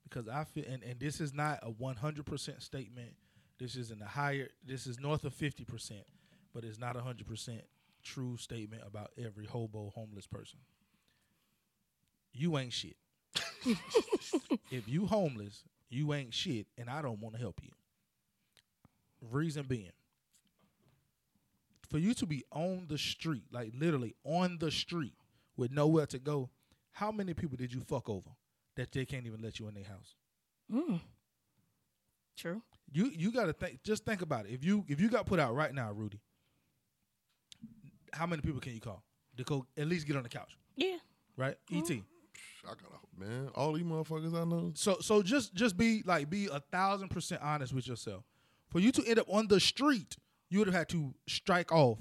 Because I feel and, and this is not a one hundred percent statement. This is in the higher this is north of fifty percent, but it's not a hundred percent true statement about every hobo homeless person. You ain't shit. if you homeless, you ain't shit, and I don't want to help you. Reason being, for you to be on the street, like literally on the street with nowhere to go, how many people did you fuck over that they can't even let you in their house?
Hmm. True.
You you gotta think just think about it. If you if you got put out right now, Rudy, how many people can you call? To go at least get on the couch,
Yeah.
right? E Et.
I got a man. All these motherfuckers I know.
So so just just be like be a thousand percent honest with yourself. For you to end up on the street, you would have had to strike off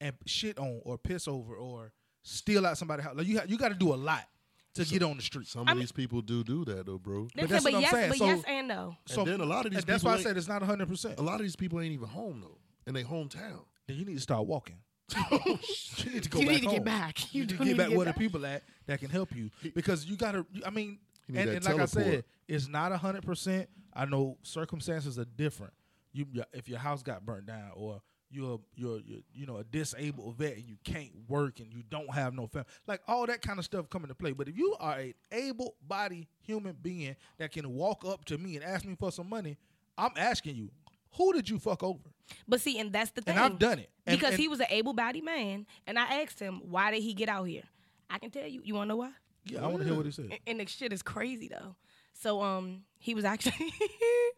and shit on or piss over or steal out somebody's house. Like you ha- you got to do a lot to get on the street.
Some of these people do do that though, bro.
They
that's
said,
what I'm
yes,
saying.
but
So-
yes and no.
So
then a lot of these
and that's
people
why I
ain't-
said it's not hundred percent.
A lot of these people ain't even home though, in their hometown.
Then you need to start walking. you need to go
Oh, You
back
need to get
home.
back. You
You, need to
do
get
need
back
to get
where
back.
the people at that can help you because you gotta. you- I mean,
You
and,
need that
and like I said,
teleport.
it's not hundred percent. I know circumstances are different. You your- if your house got burnt down or you're you're, you're you know a disabled vet and you can't work and you don't have no family, like all that kind of stuff come into play. But if you are an able-bodied human being that can walk up to me and ask me for some money, I'm asking you, who did you fuck over?
But see, and that's the thing.
And I've done it. And-
because
and-
he was an able bodied man. And I asked him, why did he get out here? I can tell you. You want to know why?
Yeah, I want to hear what he said.
And, and the shit is crazy, though. So um, he was actually,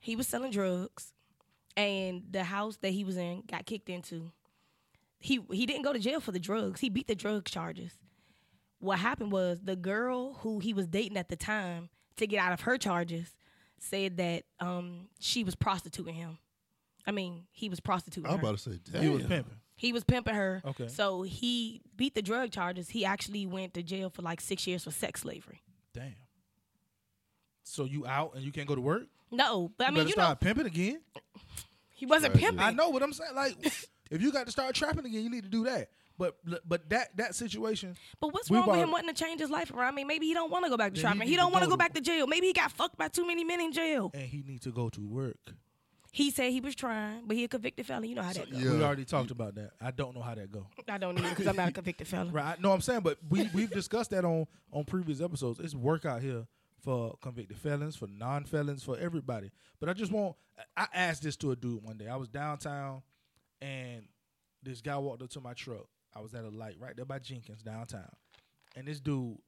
he was selling drugs. And the house that he was in got kicked into. He, he didn't go to jail for the drugs. He beat the drug charges. what happened was the girl who he was dating at the time to get out of her charges said that um, she was prostituting him. I mean, he was prostituting
I'm
her.
about to say, damn.
He was pimping.
He was pimping her.
Okay.
So he beat the drug charges. He actually went to jail for like six years for sex slavery.
Damn. So you out and you can't go to work?
No, but I
You
mean,
better
you know,
start pimping again.
he wasn't
Tragic.
pimping.
I know what I'm saying. Like, if you got to start trapping again, you need to do that. But but that that situation,
But what's
We
wrong with
bought-
him wanting to change his life around? I mean, maybe he don't want to go back to
Then he
trapping.
need
He don't
to
want to
go
go
to-
back to jail. Maybe he got fucked by too many men in jail.
and he needs to go to work.
He said he was trying, but he a convicted felon. You know how that goes.
Yeah.
We already talked about that. I don't know how that go.
I don't need it because I'm not a convicted felon.
Right? I- No, I'm saying, but we we've discussed that on on previous episodes. It's work out here for convicted felons, for non felons, for everybody. But I just want. I- I asked this to a dude one day. I was downtown, and this guy walked up to my truck. I was at a light right there by Jenkins downtown, and this dude,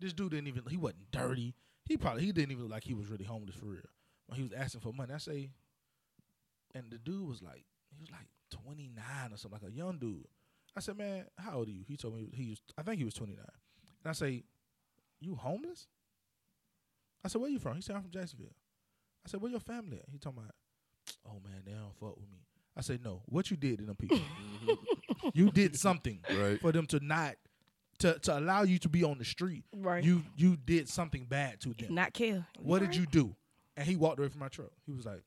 this dude didn't even. He wasn't dirty. He probably he didn't even look like he was really homeless for real. When he was asking for money, I say, and the dude was like, he was like, 29 or something, like a young dude. I said, man, how old are you? He told me he was, I think he was 29. And I say, you homeless? I said, where you from? He said, I'm from Jacksonville. I said, where your family at? He talking about, oh man, they don't fuck with me. I said, no, what you did to them people? you did something
Right.
for them to not, to, to allow you to be on the street.
Right.
You you did something bad to them.
Not care.
What did you do? And he walked away from my truck. He was like,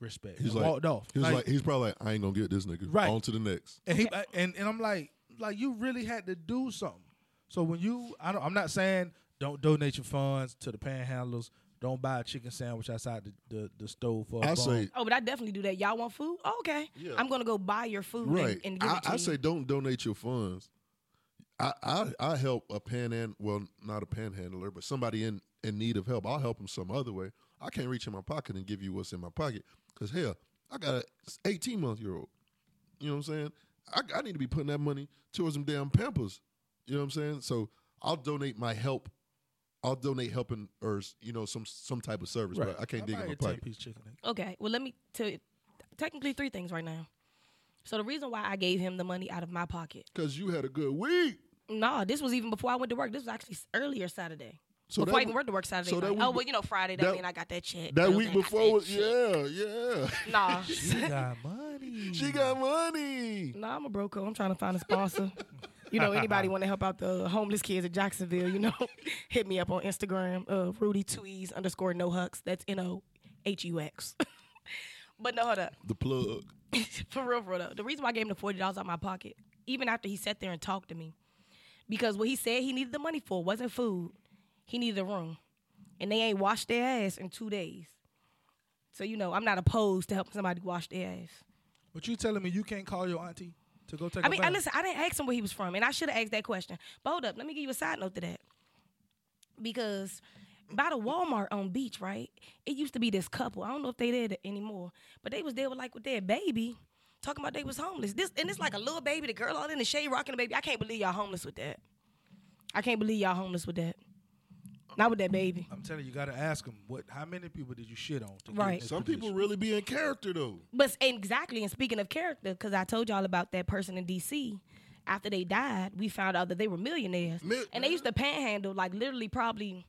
respect.
He's
I
like,
walked off.
He was like, he's probably like, I ain't gonna get this nigga.
Right.
On to the next.
and he and, and I'm like, like you really had to do something. So when you, I don't, I'm not saying don't donate your funds to the panhandlers. Don't buy a chicken sandwich outside the the, the stove for. a
I
bun.
say,
Oh, but I definitely do that. Y'all want food? Oh, okay. I'm gonna go buy your food and-
right.
and, give
I,
it to
I
you.
say, don't donate your funds. I, I I help a panhan well not a panhandler but somebody in in need of help. I'll help him some other way. I can't reach in my pocket and give you what's in my pocket because hell, I got a 18 month year old. You know what I'm saying? I, I need to be putting that money towards them damn Pampers. You know what I'm saying? So I'll donate my help. I'll donate helping or you know some some type of service,
Right.
but I can't dig
buy
in
you
my
a 10
pocket.
piece chicken. nigga.
Okay. Well, let me tell you technically three things right now. So the reason why I gave him the money out of my pocket.
Cause you had a good week.
No, this was even before I went to work. This was actually s- earlier Saturday.
So
before
that
I
w-
even worked to work Saturday.
so that
night.
week
oh,
be-
well, you know, Friday, that,
that-
mean I got that check.
That
Thursday,
week
I got
before was
that
yeah, yeah.
check. Nah.
She got money.
She
Mm.
got money.
No, I'm a broco. I'm trying to find a sponsor. you know, anybody want to help out the homeless kids at Jacksonville? You know, hit me up on Instagram, uh, Rudy Tweez underscore No Hucks. That's N O H U X. But no, hold up.
The plug.
for real, for real. though. The reason why I gave him the forty dollars out of my pocket, even after he sat there and talked to me, because what he said he needed the money for wasn't food. He needed a room, and they ain't washed their ass in two days. So you know, I'm not opposed to helping somebody wash their ass.
But you telling me you can't call your auntie to go take?
I
a
mean, I
bath?
listen, I didn't ask him where he was from, and I should have asked that question. But hold up, let me give you a side note to that. Because by the Walmart on Beach, right? It used to be this couple. I don't know if they there anymore, but they was there with like with their baby, talking about they was homeless. This and it's like a little baby, the girl all in the shade rocking the baby. I can't believe y'all homeless with that. I can't believe y'all homeless with that. Not with that baby.
I'm telling you, you got to ask him what. How many people did you shit on? To get
Right.
in this
Some
position?
people really be in character though.
But s- exactly, and speaking of character, because I told y'all about that person in D.C. After they died, we found out that they were millionaires,
Mil-
and they used to panhandle like literally probably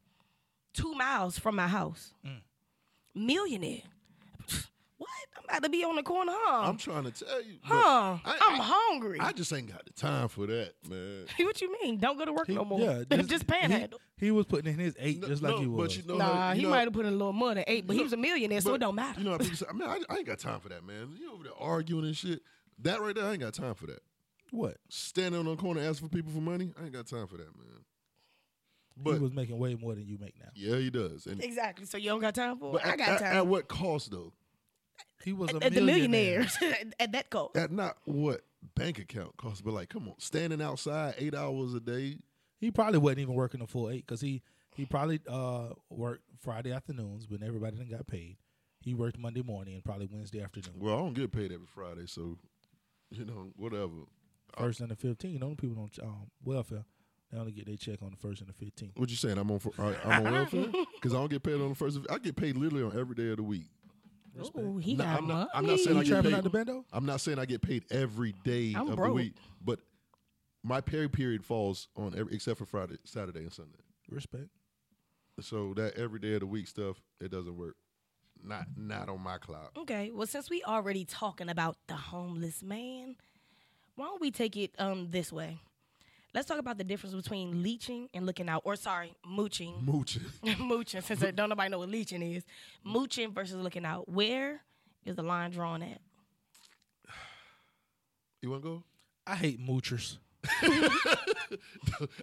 two miles from my house. Millionaire, what? I'm about to be on the corner, huh?
I'm trying to tell you.
huh?
look, I,
I'm
I-
hungry.
I just ain't got the time for that, man.
what you mean? Don't go to work no more. just, panhandle.
He, he was putting in his eight, just like
No,
you was.
But you know, how-
nah,
you
he
know-
might have put in a little more than eight, but he was a millionaire, so
but
it don't matter.
You know, how people say, I mean, I, I ain't got time for that, man. You over there arguing and shit. That right there, I ain't got time for that.
what?
Standing on the corner asking for people for money, I ain't got time for that, man.
he
But
was making way more than you make now.
yeah, he does. And
exactly. So you don't got time for
but
it. I
at-
got
at-
time.
At what cost though?
He was a
at the
millionaire.
millionaires at that cost.
At not what bank account cost, but like, come on, standing outside eight hours a day.
He probably wasn't even working a full eight because he he probably uh worked Friday afternoons when everybody done got paid. He worked Monday morning and probably Wednesday afternoon.
Well, I don't get paid every Friday, so you know, whatever.
First and the fifteenth. Only people don't um welfare. They only get their check on the first and the fifteenth.
What you saying? I'm on fr- I- I'm on welfare because I don't get paid on the first. Of, I get paid literally on every day of the week.
Ooh, he
No,
got
I'm
money.
not- I'm not saying I get
traveling
paid-
out the bando?
I'm not saying I get paid every day
I'm
of the
broke.
week, but my pay period falls on every except for Friday, Saturday, and Sunday.
Respect.
So that every day of the week stuff it doesn't work. Not not on my clock.
Okay, well, since we already talking about the homeless man, why don't we take it um this way? Let's talk about the difference between leeching and looking out, or sorry, mooching,
Mooching.
mooching. Since I don't nobody know what leeching is, mooching versus looking out. Where is the line drawn at?
You want to go?
I hate moochers.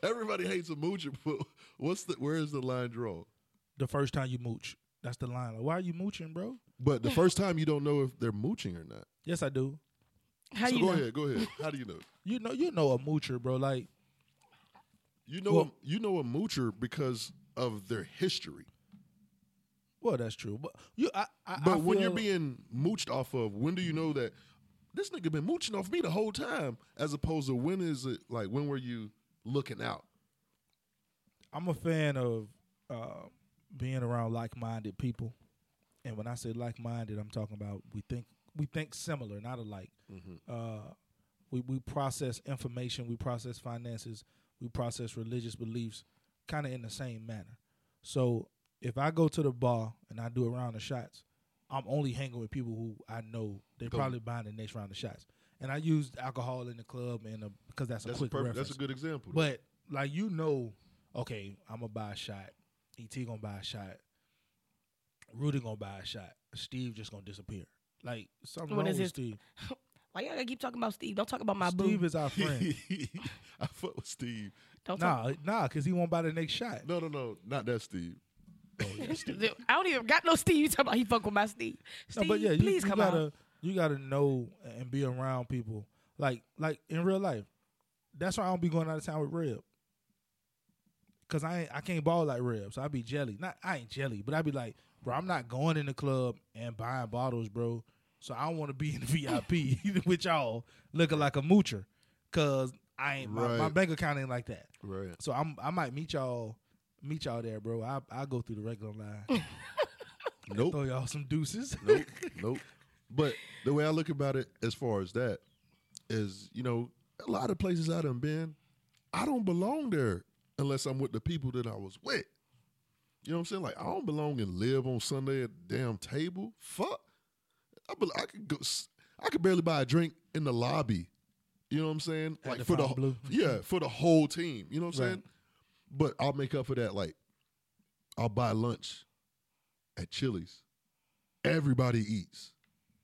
Everybody hates a moocher, but what's the where is the line draw?
The first time you mooch, that's the line. Like, why are you mooching, bro?
But the first time you don't know if they're mooching or not.
Yes, I do.
How
so
you
go
know?
ahead, go ahead. How do you know?
You know, you know a moocher, bro. Like
You know
Well-
you know a moocher because of their history.
Well, that's true, but you, I, I,
But
I
when you're
feel-
being mooched off of, when do you know that this nigga been mooching off me the whole time? As opposed to when is it like when were you looking out?
I'm a fan of uh, being around like-minded people, and when I say like-minded, I'm talking about we think we think similar, not alike.
Mm-hmm.
Uh, we we process information, we process finances, we process religious beliefs, kind of in the same manner. So if I go to the bar and I do a round of shots, I'm only hanging with people who I know they're probably buying the next round of shots. And I used alcohol in the club and a, because that's a
That's a
quick
perfect,
reference.
that's a good example. though.
But like you know, okay, I'm gonna buy a shot. Et gonna buy a shot. Rudy gonna buy a shot. Steve just gonna disappear. Like something
What
wrong
is
with
his-
Steve.
Why y'all gotta keep talking about Steve? Don't talk about my
Steve
boo.
is our friend.
I fuck with Steve.
Don't talk.
nah, nah, cause he won't buy the next shot.
No, no, no, not that Steve.
Oh,
I don't even got no Steve. You talking about he fuck with my Steve?
No,
Steve,
but yeah, you,
please
you
come
gotta
out.
you gotta know and be around people. Like like in real life. That's why I don't be going out of town with Reb. Cause I ain't, I can't ball like Reb, so I be jelly. Not I ain't jelly, but I be like, bro, I'm not going in the club and buying bottles, bro. So I don't want to be in the VIP with y'all looking like a moocher, cause I ain't my, my
Right.
bank account ain't like that.
Right.
So I'm I might meet y'all meet y'all there, bro. I I go through the regular line,
Nope.
throw y'all some deuces.
nope. Nope. But the way I look about it, as far as that, is you know, a lot of places I done been, I don't belong there unless I'm with the people that I was with. You know what I'm saying? Like I don't belong and live on Sunday at the damn table. Fuck. I bel I could go. s- I could barely buy a drink in the lobby. You know what I'm saying?
At
like
the
for the
Fountain Blue.
yeah for the whole team. You know what I'm
Right.
saying? But I'll make up for that. Like I'll buy lunch at Chili's. Everybody eats.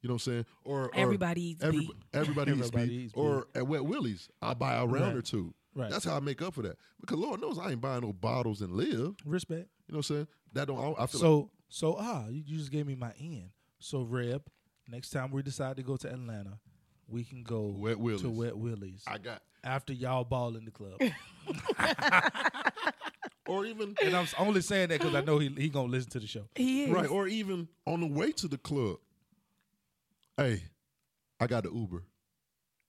You know what I'm saying? Or or
Everybody eats
every-
beef.
everybody eats
Everybody
beef.
eats
Or at Wet Willie's, I buy a round
Right.
or two.
Right.
That's how I make up for that. Because Lord knows I ain't buying no bottles and live. You know
Respect.
what I'm saying? That don't. I, I feel
So so ah, you, you just gave me my end. So Reb, next time we decide to go to Atlanta, we can go
Wet Willie's.
to Wet Willie's
like I got.
after y'all ball in the club.
Or even
and I'm only saying that because I know he he gonna listen to the show.
He is.
Right, or even on the way to the club. Hey, I got the Uber.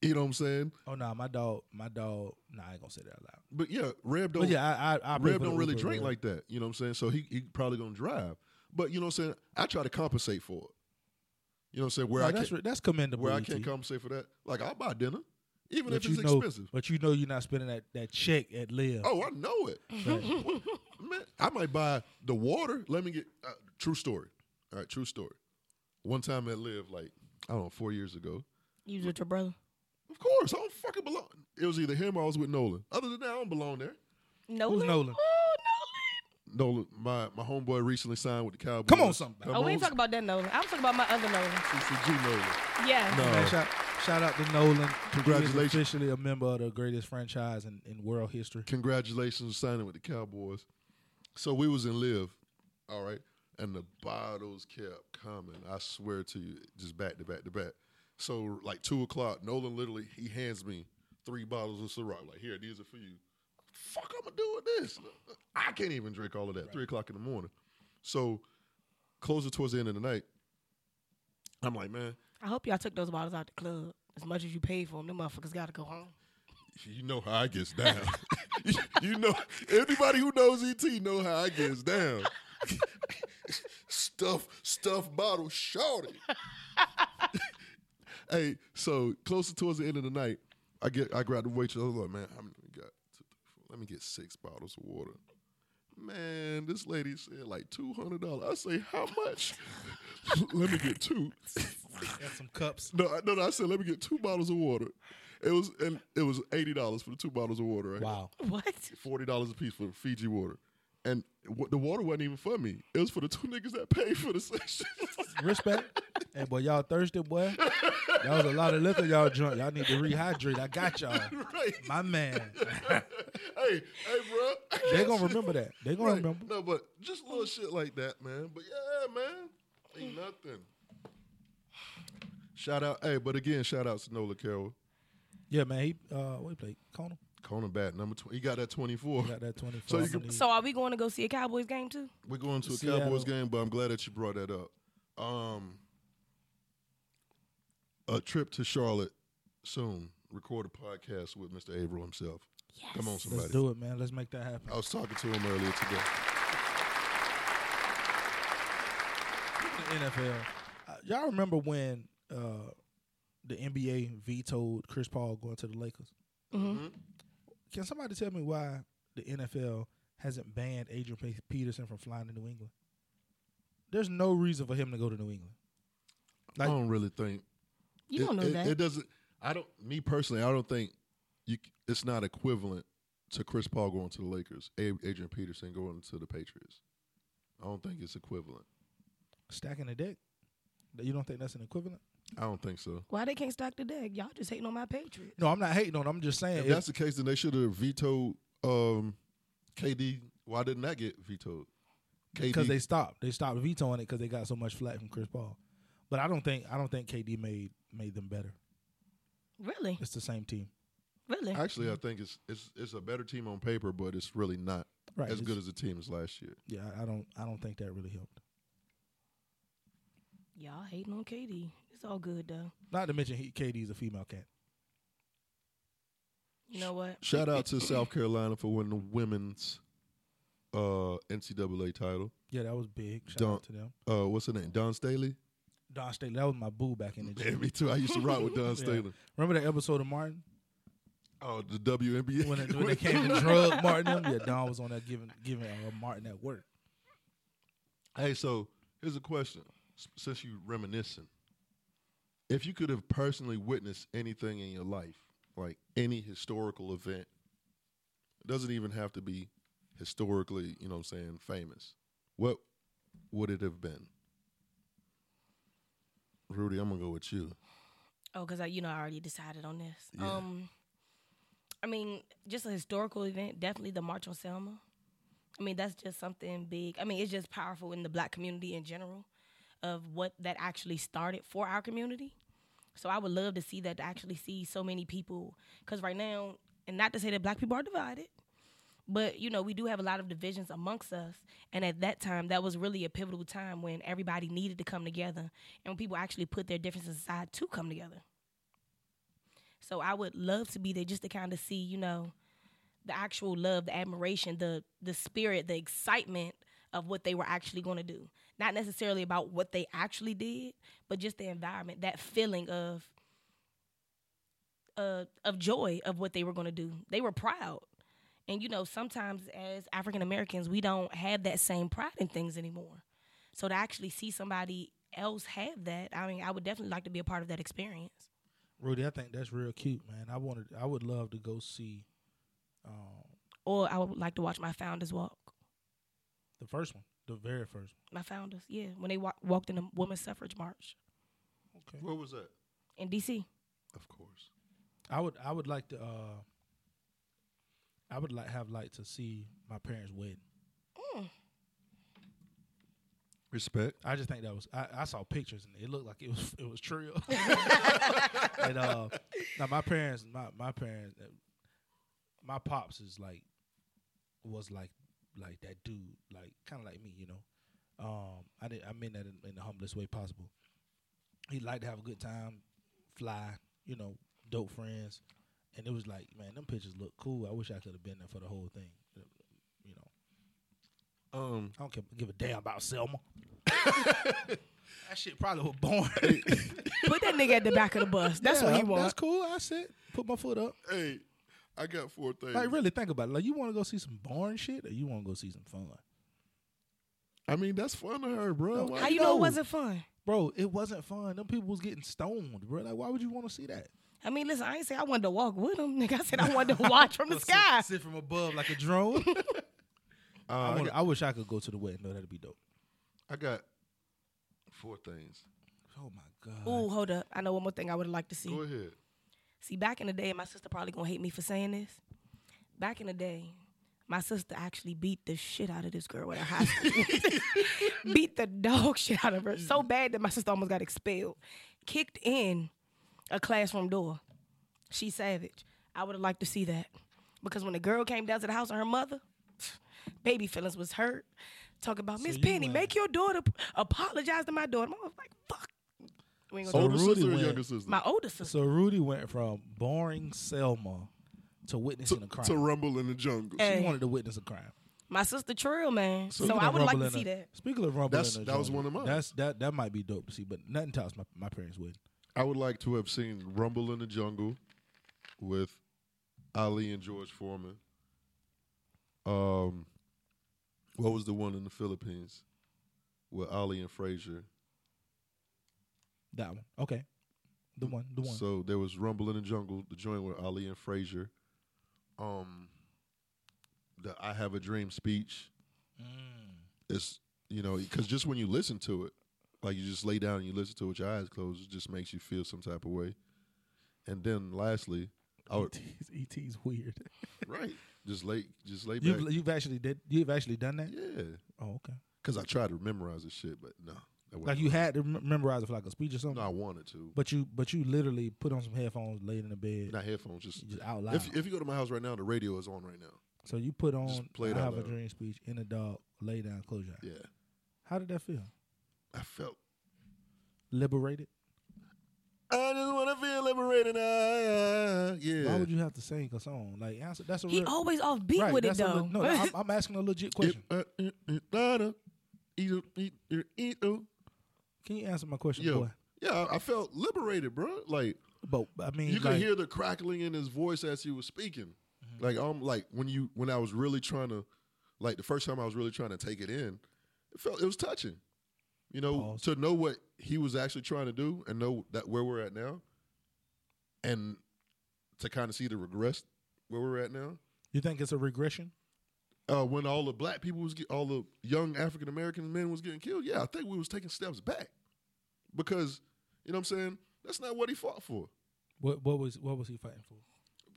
You know what I'm saying?
Oh nah, my dog, my dog. Nah, I ain't gonna say that out loud.
But yeah, Reb don't
But yeah, I I, I pay
Reb
for the
don't really
Uber,
drink
Reb.
like that. You know what I'm saying? So he, he probably gonna drive. But you know what I'm saying? I try to compensate for it. You know what I'm saying? Where
Nah,
I
Oh, that's
can
re- that's commendable.
where I
ET.
can't compensate for that. Like I'll buy dinner, even
but
if
you
it's
know,
expensive.
but you know you're not spending that, that check at Live.
Oh, I know it. What- Man, I might buy the water. Let me get uh, true story. All right, true story. One time at Live, like I don't know, four years ago.
You was with your brother.
Of course, I don't fucking belong. It was either him or I was with Nolan. Other than that, I don't belong there.
Nolan.
Nolan?
Oh,
Nolan, my, my homeboy recently signed with the Cowboys.
Come on, somebody.
Come
Nolan. Oh, we
on,
ain't talking about that Nolan. I'm talking about my other Nolan.
CCG Nolan.
Yeah.
No.
Man, shout, shout out to Nolan. He is
Congratulations.
officially a member of the greatest franchise in, in world history.
Congratulations on signing with the Cowboys. So we was in live, all right, and the bottles kept coming. I swear to you, just back to back to back. So like two o'clock, Nolan literally he hands me three bottles of Ciroc. Like here, these are for you. Fuck, I'm gonna do with this. I can't even drink all of that. Three o'clock in the morning. So closer towards the end of the night, I'm like, man,
I hope y'all took those bottles out the club as much as you paid for them. Them motherfuckers gotta go home.
You know how I gets down. you know, anybody who knows ET know how I gets down. stuff, stuff bottle, shorty. hey, so closer towards the end of the night, I get, I grabbed the waitress. I was like, man, how many we got? Two, three, four. Let me get six bottles of water. Man, this lady said like two hundred dollars. I say, how much? Let me get two.
Got some cups.
No, I- no, no. I said let me get two bottles of water. It was and it was eighty dollars for the two bottles of water. Right?
Wow.
What?
Forty dollars a piece for Fiji water, and w- the water wasn't even for me. It was for the two niggas that paid for the session.
Respect. hey, boy, y'all thirsty, boy? That was a lot of liquor y'all drunk. Y'all need to rehydrate. I got y'all.
right?
My man.
hey, hey, bro.
they going to remember that. they going
Right.
to remember.
No, but just little shit like that, man. But yeah, man, ain't nothing. Shout out, hey, but again, shout out to Nola Carroll,
Yeah, man. He, uh, what he played? Conan?
Conan Bat number twenty. He got that twenty four.
Got that 24.
So you
I
can-
believe.
So are we going to go see a Cowboys game too?
We're going to a
Seattle.
Cowboys game, but I'm glad that you brought that up. Um, a trip to Charlotte soon. Record a podcast with Mr. Averill himself. Come on,
Let's
somebody.
do it, man. Let's make that happen.
I was talking to him earlier today.
the NFL. Uh, y'all remember when uh, the NBA vetoed Chris Paul going to the Lakers.
Mm-hmm.
Can somebody tell me why the NFL hasn't banned Adrian Pe- Peterson from flying to New England? There's no reason for him to go to New England.
I don't really think
You
it,
don't know
it,
that.
It doesn't. I don't. Me personally, I don't think you. c- It's not equivalent to Chris Paul going to the Lakers, A- Adrian Peterson going to the Patriots. I don't think it's equivalent.
Stacking the deck. You don't think that's an equivalent?
I don't think so.
Why they can't stock the deck? Y'all just hating on my Patriots.
No, I'm not hating on. it. I'm just saying.
If
if-
that's the case, then they should have vetoed um, KD. Why didn't that get vetoed? KD.
because they stopped. They stopped vetoing it because they got so much flack from Chris Paul. But I don't think I don't think KD made made them better.
Really?
It's the same team,
Really?
actually, I think it's it's it's a better team on paper, but it's really not
right?
as
it's-
good as the team as last year.
yeah. I- I don't I don't think that really helped.
Y'all hating on KD. It's all good though.
Not to mention he, KD's a female cat.
You know what?
Shout out to South Carolina for winning the women's uh, NCAA title.
Yeah, that was big. Shout
Don't-
out to them.
Uh, what's her name? Don Staley.
Don Staley, that was my boo back in the
Yeah,
day.
me too. I used to rock with Don
Yeah.
Staley.
Remember that episode of Martin
Oh, the WNBA.
when, it, when they came to drug Martin? Them? Yeah, Don was on that giving giving uh, Martin at work.
hey, so here's a question. S- Since you reminiscing, if you could have personally witnessed anything in your life, like any historical event, it doesn't even have to be historically, you know what I'm saying, famous. What would it have been? Rudy, I'm gonna go with you.
Oh, because I, you know, I already decided on this. Um, I mean, just a historical event. Definitely the March on Selma. I mean, that's just something big. I mean, it's just powerful in the Black community in general, of what that actually started for our community. So I would love to see that. To actually see so many people, because right now, and not to say that Black people are divided, but you know we do have a lot of divisions amongst us and at that time that was really a pivotal time when everybody needed to come together and when people actually put their differences aside to come together so i would love to be there just to kind of see you know the actual love the admiration the the spirit the excitement of what they were actually going to do not necessarily about what they actually did but just the environment that feeling of uh, of joy of what they were going to do they were proud and you know, sometimes as African Americans, we don't have that same pride in things anymore. So to actually see somebody else have that, I mean, I would definitely like to be a part of that experience.
Rudy, I think that's real cute, man. I wanted, I would love to go see um,
Or I would like to watch my founders walk.
the first one, the very first.
My founders, yeah, when they wa- walked in the women's suffrage march
One. Okay.
What was that?
in D.C.
Of course.
I would I would like to uh I would like have liked to see my parents' wedding.
Respect.
I just think that was I, I saw pictures and it looked like it was it was true. and uh now my parents my my parents uh, my pops is like was like like that dude like kind of like me you know um I did I mean that in, in the humblest way possible. He liked to have a good time, fly you know dope friends, and it was like man them pictures look cool. I wish I could have been there for the whole thing. You know
Um,
I don't give, give a damn about Selma. that shit probably was born.
Put that nigga at the back of the bus. That's what he
That's
wants.
cool. I said, put my foot up.
hey, I got four things.
Like, really think about it. Like, you want to go see some boring shit, or you want to go see some fun?
I mean, that's fun to her, bro. Why-
How you know
No.
it wasn't fun?
Bro, it wasn't fun. Them people was getting stoned, bro. Like, why would you want to see that?
I mean, listen, I ain't say I wanted to walk with him. Nigga, I said I wanted to watch from the sky.
Sit, sit from above like a drone.
Uh,
I,
I,
wanna-
got,
I wish I could go to the wedding though. That'd be dope.
I got four things.
Oh my god.
Ooh, hold up. I know one more thing I would have liked to see.
Go ahead.
See, back in the day, my sister probably gonna hate me for saying this. Back in the day, my sister actually beat the shit out of this girl with her high school. beat the dog shit out of her so bad that my sister almost got expelled. Kicked in a classroom door. She savage. I would have liked to see that because when the girl came down to the house and her mother, baby feelings was hurt. Talk about Miss
you
Penny,
went-
make your daughter p- apologize to my daughter. Mom was like, "Fuck." We ain't gonna
So
Older
do it.
Rudy
sister or
went-
younger sister?
my older sister.
So Rudy went from boring Selma to witnessing a crime.
to rumble in the jungle.
Hey.
she wanted to witness a crime.
My sister Trill, man. So,
Speaking
I
of
would like
Rumble
to
in
see
a-
that.
Speaking of Rumble,
That's-
in a
that was
Jungle,
one of mine.
That's that that might be dope to see, but nothing tops my, my parents' wedding.
I would like to have seen Rumble in the Jungle with Ali and George Foreman. Um, what was the one in the Philippines with Ali and Frazier?
That one. Okay. The one. The one.
So there was Rumble in the Jungle, the joint with Ali and Frazier. Um, the I Have a Dream speech.
Mm.
It's you know because just when you listen to it, like you just lay down and you listen to it with your eyes closed, it just makes you feel some type of way. And then lastly, I
E
would
ET's, ET's weird.
right just lay just lay back.
You've, you've actually did you've actually done that?
yeah,
Oh, okay.
because I tried to memorize this shit, but no, that wasn't
Like you
right.
had to mem- memorize it for like a speech or something.
No, I wanted to.
But you but you literally put on some headphones, laid in the bed,
Not headphones, just,
just out loud.
if if you go to my house right now, the radio is on right now.
so you put on
play it
I
out
have a
loud.
dream speech in the dog, lay down, close your eyes.
Yeah,
How did that feel?
I felt.
Liberated?
I just want to feel liberated. ah, yeah. E
Why would you have to sing a song? Like answer that's a
He
real
always off beat
right,
with it
that's a le-
though.
no, I'm, I'm asking a legit question.
If, uh, it- it- da- da. Eat- eat- eat- eat- oh.
Can you answer my question,
Yo,
boy?
yeah, I I felt liberated, bro. Like
But I mean,
you could
like, Mm-hmm.
hear the crackling in his voice as he was speaking. Like um, like when you when I was really trying to, like the first time I was really trying to take it in, it felt it was touching. You know,
Pause.
to know what he was actually trying to do and know that where we're at now, and to kind of see the regress where we're at now.
you think it's a regression?
uh, when all the black people was get, all the young African American men was getting killed, yeah, I think we was taking steps back because you know what I'm saying. That's not what he fought for.
What what was what was he fighting for?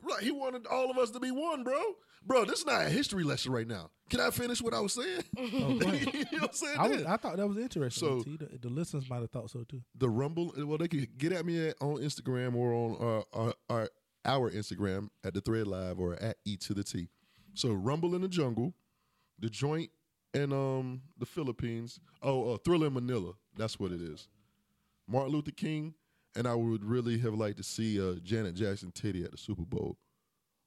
Right, he wanted all of us to be one, bro. Bro, this is not a history lesson right now. Can I finish what I was saying?
Oh,
you know
right.
what I'm saying?
I, was,
Yeah.
I thought that was interesting.
So-
T. The, the listeners might have thought so too.
the Rumble. Well, they can get at me at, on Instagram or on uh, our, our our Instagram at the Thread Live or at E to the T. So Rumble in the Jungle, the Joint, and um the Philippines. Oh, uh, Thrill in Manila. That's what it is. Martin Luther King, and I would really have liked to see uh, Janet Jackson titty at the Super Bowl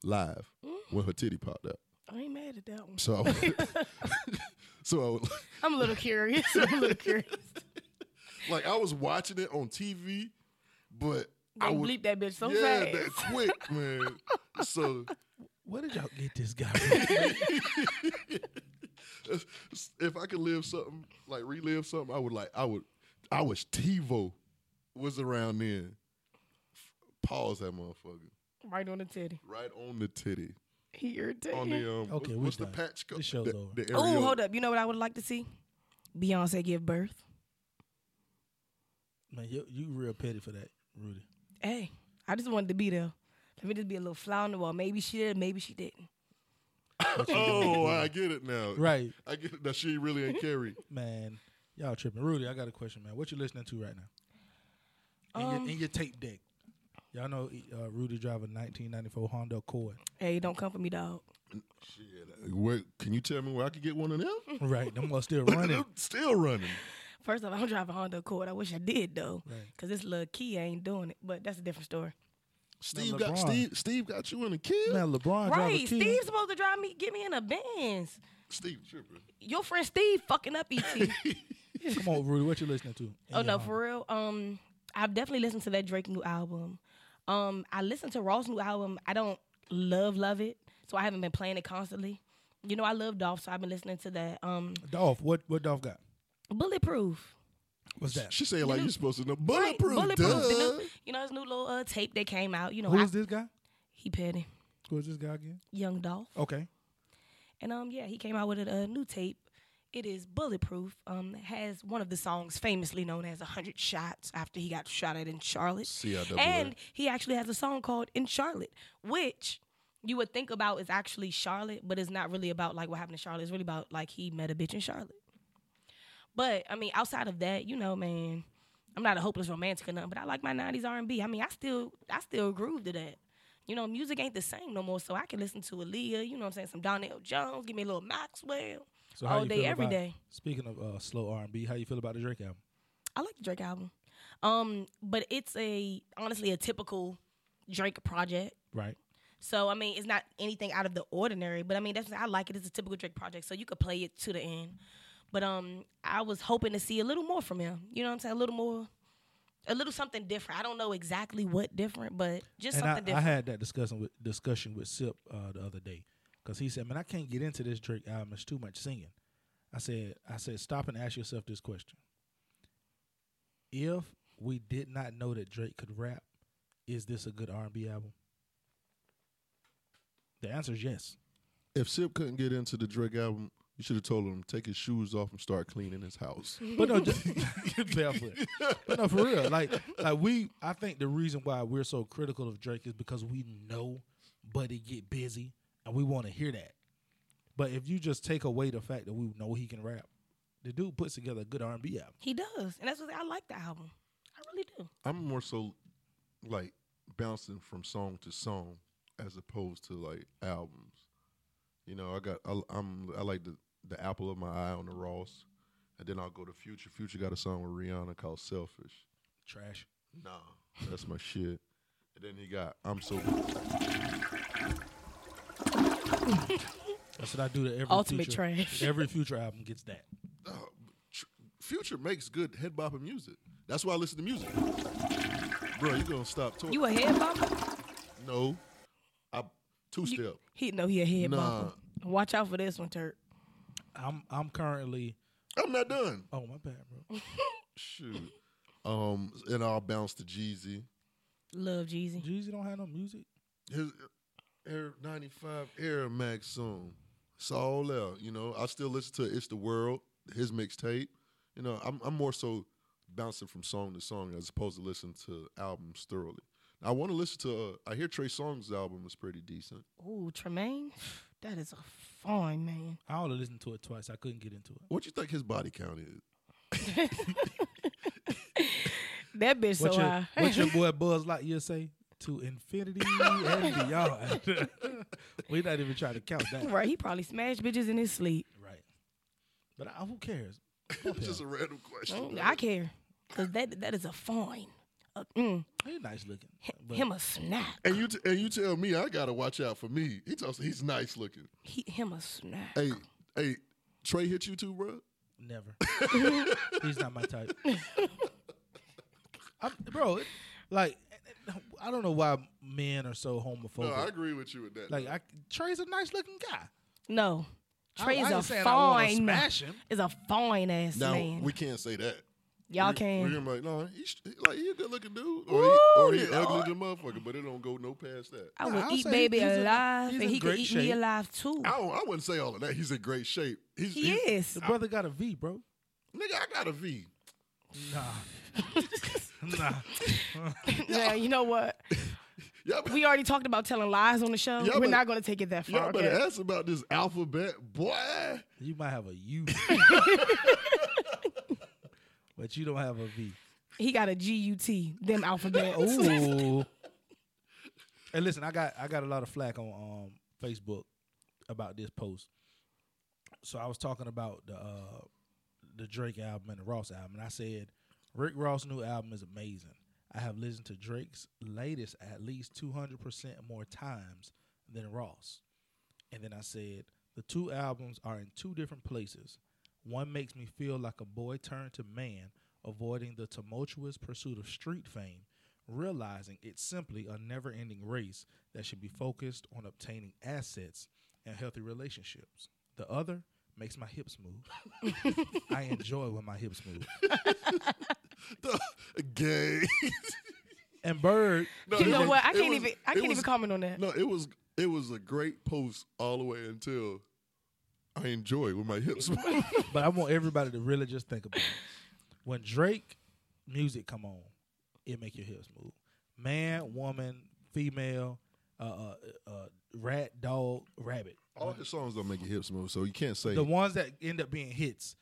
live
Mm.
when her titty popped out.
I ain't mad at that one.
So, I would, so I would,
I'm a little curious. I'm a little curious.
like I was watching it on TV, but I
I
would,
bleep that bitch so
yeah,
fast.
that quick, man. so
Where did y'all get this guy? from?
if I could live something, like relive something, I would like I would I wish TiVo was around then. Pause that motherfucker.
Right on the titty.
Right on the titty.
He irritated.
On the uh, um
Okay,
okay,
we
what's the
done.
patch co-
This show's
the,
over.
the
Oh,
areola.
hold up. You know what I would like to see? Beyonce give birth.
Man, you you real petty for that, Rudy.
Hey, I just wanted to be there. Let me just be a little fly on the wall. Maybe she did, maybe she didn't.
Oh, I get it now.
Right,
I get it that she really ain't carried.
man. Y'all tripping, Rudy. I got a question, man. What you listening to right now? In,
Um,
your, in your tape deck, y'all know uh, Rudy drive a 1994 Honda Accord.
Hey, don't come for me, dog.
Shit. Where, can you tell me where I could get one of them?
Right, them ones still running.
Still running.
First off, I don't drive a Honda Accord. I wish I did though,
Right.
because this little Kia ain't doing it. But that's a different story.
Steve
Now,
got
LeBron.
Steve Steve got you in a kid.
Man, LeBron drive a
right?
Kia.
Steve's supposed to drive me, get me in a Benz.
Steve tripping.
Your friend Steve fucking up ET.
Come on, Rudy. What you listening to? in
oh
your
no,
Honda?
for real. Um, I've definitely listened to that Drake new album. Um, I listened to Ross new album. I don't love love it, so I haven't been playing it constantly. You know, I love Dolph, so I've been listening to that. Um,
Dolph. What what Dolph got?
Bulletproof.
What's that?
She said like
know-
you're supposed to know.
Right,
Bulletproof,
The
duh.
new, you know, his new little uh, tape that came out. You know,
Who
I-
is this guy?
he petty.
Who is this guy again?
Young Dolph.
Okay.
And um, yeah, he came out with a, a new tape. It is bulletproof. Um, it has one of the songs famously known as "100 Shots" after he got shot at in Charlotte.
CIAA.
And he actually has a song called "In Charlotte," which you would think about is actually Charlotte, but it's not really about like what happened in Charlotte. It's really about like he met a bitch in Charlotte. But I mean, outside of that, you know, man, I'm not a hopeless romantic or nothing. But I like my '90s R&B. I mean, I still, I still groove to that. You know, music ain't the same no more. So I can listen to Aaliyah. You know what I'm saying? Some Donnell Jones. Give me a little Maxwell.
So how
All
you
day,
feel
every
about-
day.
Speaking of uh, slow R and B, how you feel about the Drake album?
I like the Drake album. Um, but it's a honestly a typical Drake project.
Right.
So I mean, it's not anything out of the ordinary, but I mean, that's I like it. It's a typical Drake project, so you could play it to the end. But um, I was hoping to see a little more from him. You know what I'm saying? A little more a little something different. I don't know exactly what different, but just
and
something
I,
different.
I had that discussion with discussion with Sip uh, the other day because he said, "Man, I can't get into this Drake album. It's too much singing." I said, "I said, stop and ask yourself this question: If we did not know that Drake could rap, is this a good R and B album?" The answer is yes.
If Sip couldn't get into the Drake album, you should have told him take his shoes off and start cleaning his house.
But no, just, barefoot. But no, for real. Like, like we. I think the reason why we're so critical of Drake is because we know, but he get busy, and we want to hear that. But if you just take away the fact that we know he can rap, the dude puts together a good R and B album.
he does, and that's what I like the album. I really do.
I'm more so like bouncing from song to song as opposed to like albums. You know, I got I, I'm I like the the apple of my eye on the Ross, and then I'll go to Future. Future got a song with Rihanna called Selfish.
Trash.
Nah, that's my shit. And then he got I'm so
That's what I do to every
Ultimate
future,
trash.
Every future album gets that.
Dog, Tr- Future makes good head bopping music. That's why I listen to music. Bro, you gonna stop talking?
You a head bumper?
no, I two step.
He no, he a head
Nah.
bumper. Watch out for this one, Turk.
I'm I'm currently.
I'm not done.
Oh my bad, bro.
Shoot. Um, and I'll bounce to Jeezy.
Love Jeezy.
Jeezy don't have no music.
His Air 95 Air Max song. It's all out. You know, I still listen to It's the World, his mixtape. You know, I'm, I'm more so bouncing from song to song as opposed to listening to albums thoroughly. I want to listen to, uh, I hear Trey Songz's album is pretty decent.
Ooh, Tremaine. That is a fine man.
I only listened to it twice. I couldn't get into it.
What you think his body count is?
That bitch
What
so uh,
your,
high.
what your boy Buzz Lightyear say? To infinity and beyond. We're not even trying to count that.
right, he probably smashed bitches in his sleep.
Right. But I, who cares?
It's just a random question.
Mm, I care, cause that that is a fine. A- mm,
He's nice looking. But
him a snack.
and you t- and you tell me I gotta watch out for me. He talks. He's nice looking.
He him a snack.
Hey, hey, Trey hit you too, bro.
Never. He's not my type. I'm, bro, it- like, I don't know why men are so homophobic.
No, I agree with you with that.
like, I, Trey's a nice looking guy.
No, Trey
I, I ain't
is a
saying I wanna
fine.
smash him.
Is a fine ass
now
man.
we can't say that.
Y'all
We- We're
can.
gonna be like, no, he's like he a good looking dude, or he, or he
Ooh,
ugly than motherfucker, but it don't go no past that.
I
Nah,
would
I'll
eat
say
baby
he's in-
alive,
he's
and
in
he could
great
eat me
shape.
alive too.
I, don't, I wouldn't say all of that. He's in great shape. He's,
he
he's-
is.
The brother got a V, bro.
Nigga, I got a V.
Nah. nah.
Yeah, you know what?
Y'all, be,
We already talked about telling lies on the show.
Yeah,
We're
but-
not going to take it that far.
y'all better
Okay?
ask about this alphabet, boy.
You might have a U. but you don't have a V.
He got a G U T. Them alphabet.
Ooh. and listen, I got I got a lot of flack on um, Facebook about this post. So I was talking about the uh, the Drake album and the Ross album, and I said Rick Ross' new album is amazing. I have listened to Drake's latest at least two hundred percent more times than Ross. And then I said the two albums are in two different places. One makes me feel like a boy turned to man, avoiding the tumultuous pursuit of street fame, realizing it's simply a never ending race that should be focused on obtaining assets and healthy relationships. The other makes my hips move. I enjoy when my hips move.
Gay.
And Bird,
No,
You
it
know
was-
what? I
it
can't
was-
even. I
it
can't
was-
even comment on that.
No, it was it was a great post all the way until I enjoy with my hips.
but I want everybody to really just think about it. When Drake music come on, it make your hips move. Man, woman, female, uh, uh, uh, rat, dog, rabbit.
all his songs don't make your hips move, so you can't say
The ones that end up being hits.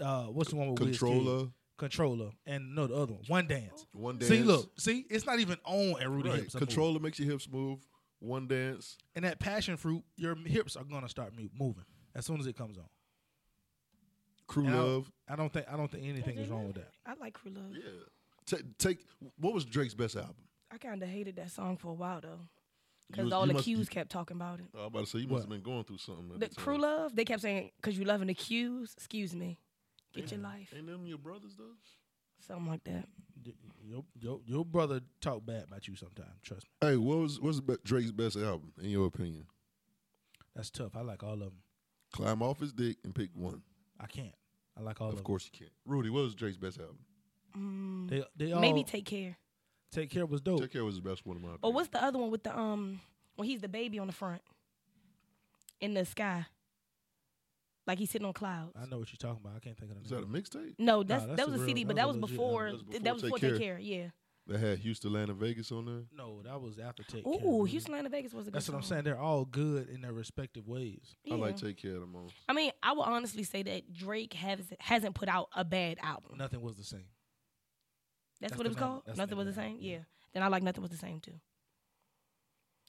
Uh, what's the one with Wiz Kid?
Controller.
Controller, and no, the other one, One Dance.
One
See,
Dance.
look, see, it's not even on and Rudy
right.
hips. are moving.
Controller makes your hips move. One dance.
and that passion fruit, your hips are gonna start mu- moving as soon as it comes on.
Crew
And I don't-
love.
I don't think I don't think anything is wrong with that.
I like Crew Love.
Yeah. Ta take what was Drake's best album?
I kind of hated that song for a while though,
You
because
was-
all
you
the
must-
cues
you-
kept talking about it.
I was about to say you must have
What?
been going through something. at
The
time.
Crew Love, they kept saying, "Cause you loving the cues." Excuse me, get your life,
Ain't them your brothers though?
something like that.
Y- Your, Your your brother talk bad about you sometimes. Trust me.
Hey, what was what's be- Drake's best album in your opinion?
That's tough. I like all of them.
Climb off his dick and pick one.
I can't. I like all of,
Of course you can't. Rudy, what was Drake's best album?
them. They they all
Mm. Maybe take care.
take care was dope.
Take care was the best one of my.
Or
opinion.
Oh, what's the other one with the um when he's the baby on the front in the sky, like he's sitting on clouds.
I know what you're talking about. I can't think of the
Is
name.
that a mixtape
No, that's,
that's
that
the
was a
real-
CD, but
that
that
was
was
a legit
before
album. That was before
th- that was
Take
before Take
Care.
Care. Yeah.
that had Houston, Atlanta, Vegas on there?
No, that was after take care.
Ooh,
really.
Houston, Atlanta, Vegas was a good.
That's what I'm
song.
saying. They're all good in their respective ways.
I
Yeah.
like Take Care the most.
I mean, I would honestly say that Drake has hasn't put out a bad album.
Nothing was the same.
that's,
that's
what
the
it was
name-
called.
that's the
Nothing
name
was the
of the
same.
album, yeah.
Yeah. Then I like Nothing was the same too.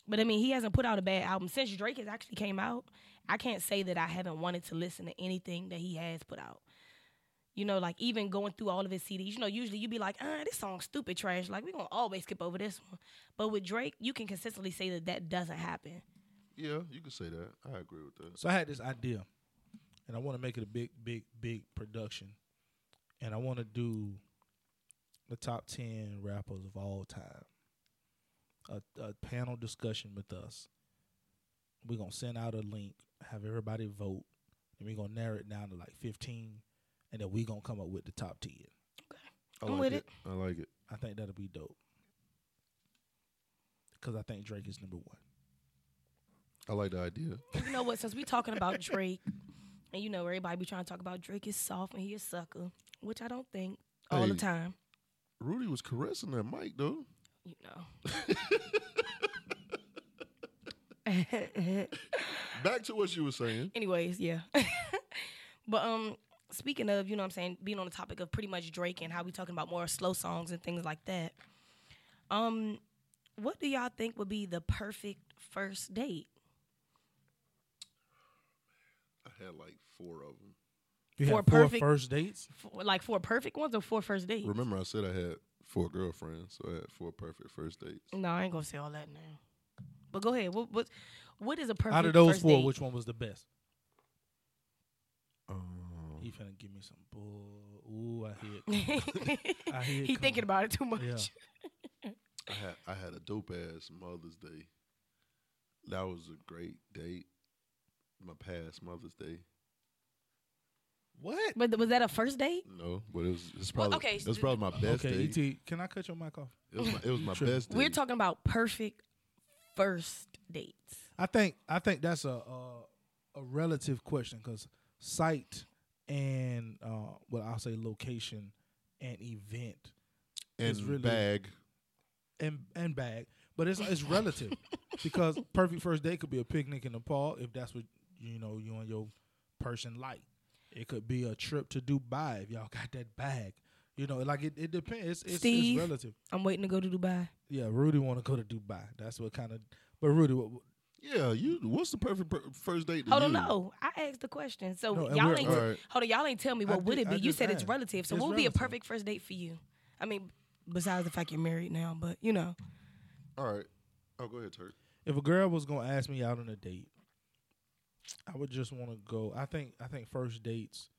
But I mean, he hasn't put out a bad album since Drake has actually came out. I can't say that I haven't wanted to listen to anything that he has put out. You know, like even going through all of his CDs. You know, usually you be like, "Ah, this song's stupid trash." Like we gonna always skip over this one. But with Drake, you can consistently say that that doesn't happen.
Yeah, you could say that. I agree with that.
So I had this idea, and I want to make it a big, big, big production, and I want to do the top ten rappers of all time. A, a panel discussion with us. We're gonna send out a link, have everybody vote, and we're gonna narrow it down to like fifteen, and then we're gonna come up with the top ten.
I
I'm
like
with
I like it.
I think that'll be dope. Cause I think Drake is number one.
I like the idea.
You know what? Since we talking about Drake, and you know everybody be trying to talk about Drake is soft and he a sucker, which I don't think all the
Hey.
time.
Rudy was caressing that mic though.
You know.
Back to what you were saying.
Anyways, yeah. but um speaking of, you know what I'm saying, being on the topic of pretty much Drake and how we talking about more slow songs and things like that. Um what do y'all think would be the perfect first date?
I had like four of them.
You
For
have
a
four
perfect-
first dates.
For, like four perfect ones or four first dates?
Remember, I said I had four girlfriends, so I had four perfect first dates.
No, I ain't gonna say all that now. But go ahead. What what what is a perfect
Out of those
first
four,
date?
which one was the best? Oh.
Um,
He finna give me some bull. Ooh, I hear. It. I hear it
he thinking about it too much.
Yeah.
I had I had a dope ass Mother's Day. That was a great date. My past Mother's Day.
What?
But was that a first date?
No, but it was it's
Well,
probably
okay,
that's
so-
probably my best
okay,
date.
Et, can I cut your mic off?
It was my, it was my
Tripping.
best date.
We're talking about perfect first dates.
I think I think that's a a, a relative question because site and uh, well, I'll say location and event
and
it's really-
bag.
and and bag, but it's it's relative because perfect first date could be a picnic in Nepal if that's what you know you and your person like. It could be a trip to Dubai if y'all got that bag. You know, like it, it depends. It's, it's, it's
Steve.
relative.
I'm waiting to go to Dubai.
Yeah, Rudy want to go to Dubai. That's what kind of. But Rudy, what, what-
Yeah, you. What's the perfect per- first date? to
Hold on,
you?
no. I asked the question. So
Mm. No, and
y'all
we're-
ain't
alright.
hold on, y'all ain't tell me
I
what would
did-
it
I
be. You
just
said it's
asked.
relative. So
It's
what would be a
relative.
perfect first date for you? I mean, besides the fact you're married now, but you know.
All right. Oh, go ahead, Turk.
if a girl was gonna ask me out on a date, I would just want to go. I think I think first dates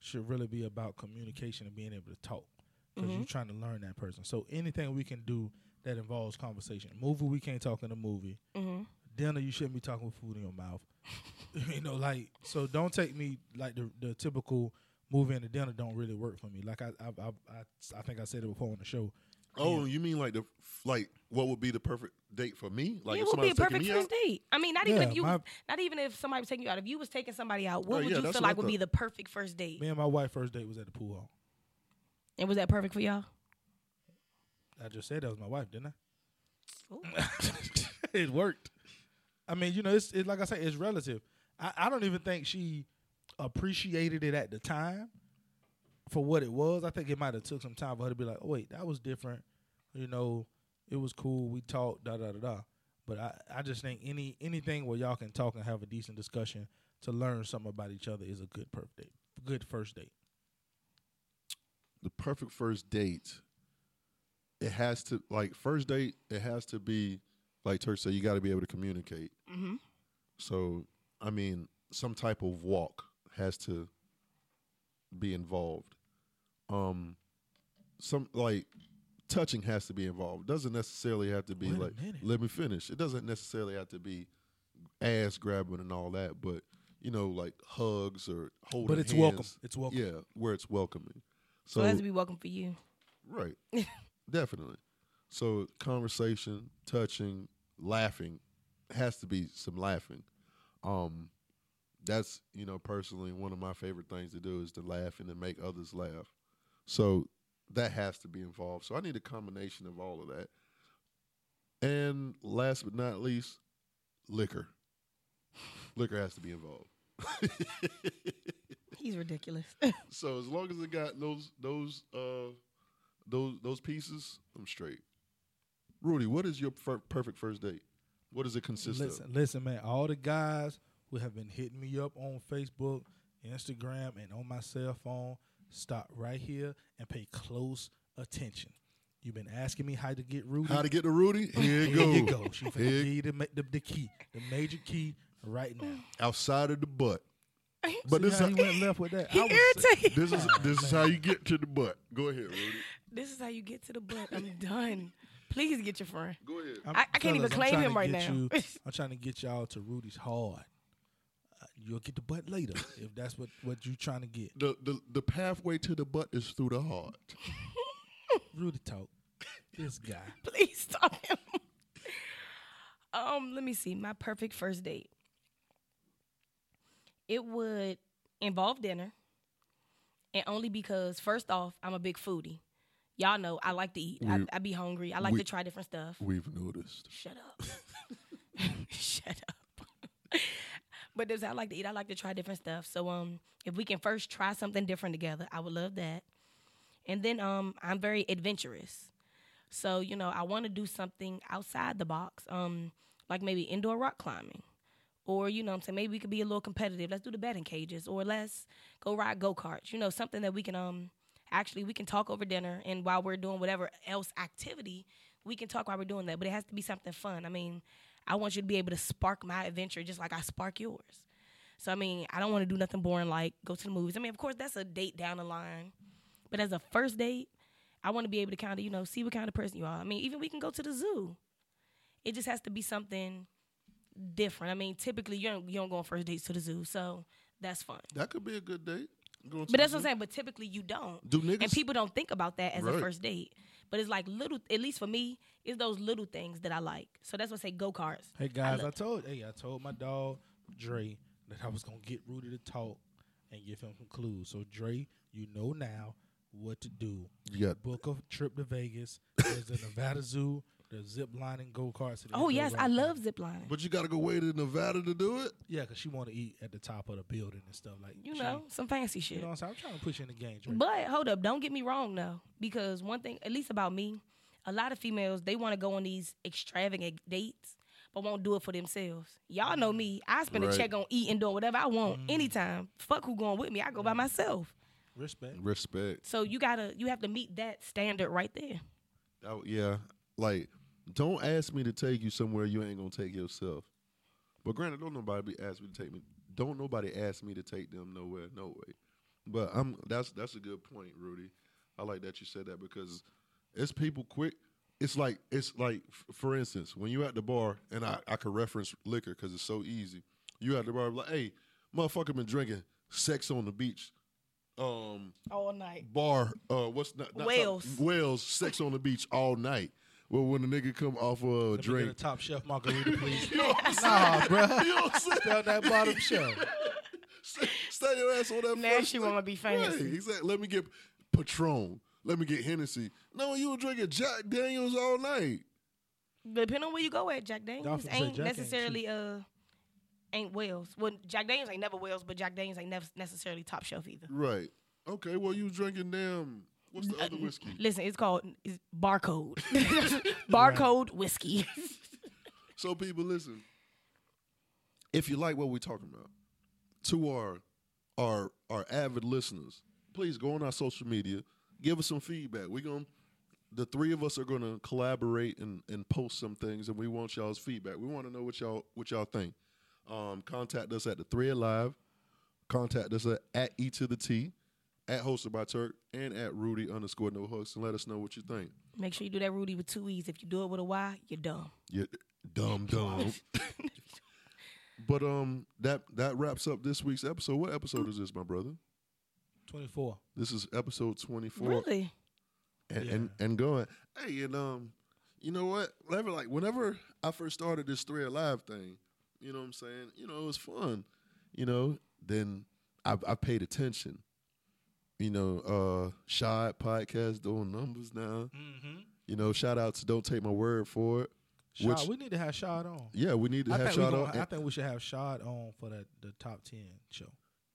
should really be about communication and being able to talk because
Mm-hmm.
you're trying to learn that person. So anything we can do that involves conversation. Movie we can't talk in a movie.
Mm-hmm.
Dinner you shouldn't be talking with food in your mouth. you know, like so. Don't take me like the the typical movie and the dinner don't really work for me. Like I I I, I, I think I said it before on the show.
Oh, you mean like the like what would be the perfect date for me? Like
Yeah,
if
it would be
somebody's
a perfect
taking me
first
out?
date. I mean, not even
Yeah,
if you
my- Oh,
was, not even if somebody was taking you out. If you was taking somebody out,
Right,
what would
yeah,
you
that's
feel
what I
like would be
thought.
the perfect first date?
Me and my wife first date was at the pool hall.
And was that perfect for y'all?
I just said that was my wife, didn't I?
Ooh.
it worked. I mean, you know, it's it, like I say, it's relative. I, I don't even think she appreciated it at the time for what it was. I think it might have took some time for her to be like, "Oh wait, that was different." You know, it was cool. We talked, da da da da. But I, I just think any anything where y'all can talk and have a decent discussion to learn something about each other is a good perfect date, good first date.
The perfect first date. It has to like first date. It has to be like Turk said. You got to be able to communicate.
Mhm.
So I mean, some type of walk has to be involved. Um, some like touching has to be involved. It doesn't necessarily have to be
Wait a
like
minute.
let me finish. It doesn't necessarily have to be ass grabbing and all that, but you know, like hugs or holding.
But it's welcome.
hands.
It's welcome.
Yeah, where it's welcoming. So
So it has to be welcome for you.
Right. Definitely. So conversation, touching, laughing has to be some laughing. Um that's, you know, personally one of my favorite things to do is to laugh and to make others laugh. So that has to be involved. So I need a combination of all of that. And last but not least, liquor. Liquor has to be involved.
He's ridiculous.
So as long as it got those those uh those those pieces, I'm straight. Rudy, what is your fir- perfect first date? What does it consist
Listen,
of?
listen, man. All the guys who have been hitting me up on Facebook, Instagram, and on my cell phone, stop right here and pay close attention. You've been asking me how to get Rudy.
How to get to Rudy? Here it
Here
goes.
you go. She finna
Here-
give you the, ma- the, the key, the major key, right now.
Outside of the butt. But
See
this
how
is
you
how,
went left with that.
he
I was-
irritated.
this is this is how you get to the butt. Go ahead, Rudy.
This is how you get to the butt. I'm done. Please get your friend.
Go ahead.
I'm-
I- I can't even
fellas, I'm
claim
trying
him
to
right
get
now.
you- I'm trying to get y'all to Rudy's hard. Uh, You'll get the butt later if that's what what you trying to get.
The, the the pathway to the butt is through the heart.
Rudy talk. This guy.
Please stop him. um, let me see. My perfect first date. It would involve dinner. And only because first off, I'm a big foodie. Y'all know I like to eat. I,
We-
I be hungry. I like
we-
to try different stuff.
We've noticed.
Shut up. Shut up. but this I like to eat. I like to try different stuff. So um if we can first try something different together, I would love that. And then um I'm very adventurous. So, you know, I want to do something outside the box. Um like maybe indoor rock climbing. Or, you know what I'm saying, maybe we could be a little competitive. Let's do the batting cages or let's go ride go-karts. You know, something that we can um actually we can talk over dinner and while we're doing whatever else activity we can talk while we're doing that but it has to be something fun i mean i want you to be able to spark my adventure just like i spark yours so i mean i don't want to do nothing boring like go to the movies i mean of course that's a date down the line but as a first date i want to be able to kind of you know see what kind of person you are i mean even we can go to the zoo it just has to be something different i mean typically you don't you don't go on first dates to the zoo so that's fun
That could be a good date. Going to
but
the
that's what I'm
zoo.
saying. But typically you don't.
Do niggas-
And people don't think about that as
Right.
a first date. But it's like little, at least for me, it's those little things that I like. So that's what I say go karts.
Hey guys, I,
love-
told hey, I told my dog Dre that I was gonna get Rudy to talk and give him some clues. So Dre, you know now what to do.
You got-
book a trip to Vegas. There's the Nevada Zoo, the zip line and go karts. and the
Oh
indoor
yes,
rock
I
climbing.
love ziplining.
But you gotta go way to Nevada to do it?
Yeah, cause she want to eat at the top of the building and stuff like
You
she-
know, some fancy
You
shit.
know what I'm saying? I'm trying to push you in the game, Dre.
But hold up, don't get me wrong though, because one thing, at least about me, a lot of females they want to go on these extravagant dates, but won't do it for themselves. Y'all know me. I spend
Right. Mm.
a check on eating, doing whatever I want anytime. Fuck who going with me? I go by myself.
Respect.
Respect.
So you gotta, you have to meet that standard right there.
Oh yeah, like don't ask me to take you somewhere you ain't gonna take yourself. But granted, don't nobody be ask me to take me. Don't nobody ask me to take them nowhere, no way. But I'm that's that's a good point, Rudy. I like that you said that because it's people quick. It's like it's like f- for instance, when you at the bar and I I could reference liquor because it's so easy. You at the bar like, hey, motherfucker, been drinking sex on the beach. Um,
All night.
bar uh what's not, not
Whales.
Wales sex on the beach all night. Well when the nigga come off of a
Let me get
drink.
a top chef margarita, please.
You know what I'm saying?
nah, bruh.
You know what I'm saying?
Tell that bottom shelf.
Stay- Stay your ass on that
Now
first
she
thing.
wanna be fancy.
Right, exactly. Let me get Patron. Let me get Hennessy. No, you were drinking Jack Daniels all night.
Depending on where you go at, Jack
Dolphin
Daniels
said
ain't
Jack ain't
necessarily uh ain't Wells. Well, Jack Daniels ain't never Wells, but Jack Daniels ain't never necessarily top shelf either.
Right. Okay, well you drinking damn what's the other whiskey?
Listen, it's called it's barcode, barcode whiskey.
So people, listen. If you like what we're talking about, to our our our avid listeners, please go on our social media, give us some feedback. We're gonna the three of us are gonna collaborate and, and post some things and we want y'all's feedback. We wanna know what y'all what y'all think. Um, contact us at the thread live. Contact us at, at E to the T. at hosted by Turk and at Rudy underscore no hooks and let us know what you think.
Make sure you do that Rudy with two E's. If you do it with a Y, you're dumb.
You dumb dumb. but um that that wraps up this week's episode. What episode is this, my brother?
Twenty four.
This is episode twenty four.
Really?
and,
Yeah.
and and going, hey, and um, you know what? Whenever like whenever I first started this thread live thing, you know what I'm saying? You know, it was fun. You know, then I I paid attention. You know, uh Shot podcast doing numbers now. You know, shout out to Don't Take My Word for it.
Shad,
Which-
Mm-hmm. we need to have Shad on.
Yeah, we need to
I
have
think, we
shout
gonna-
out.
I think we should have Shad on for the, the top ten show.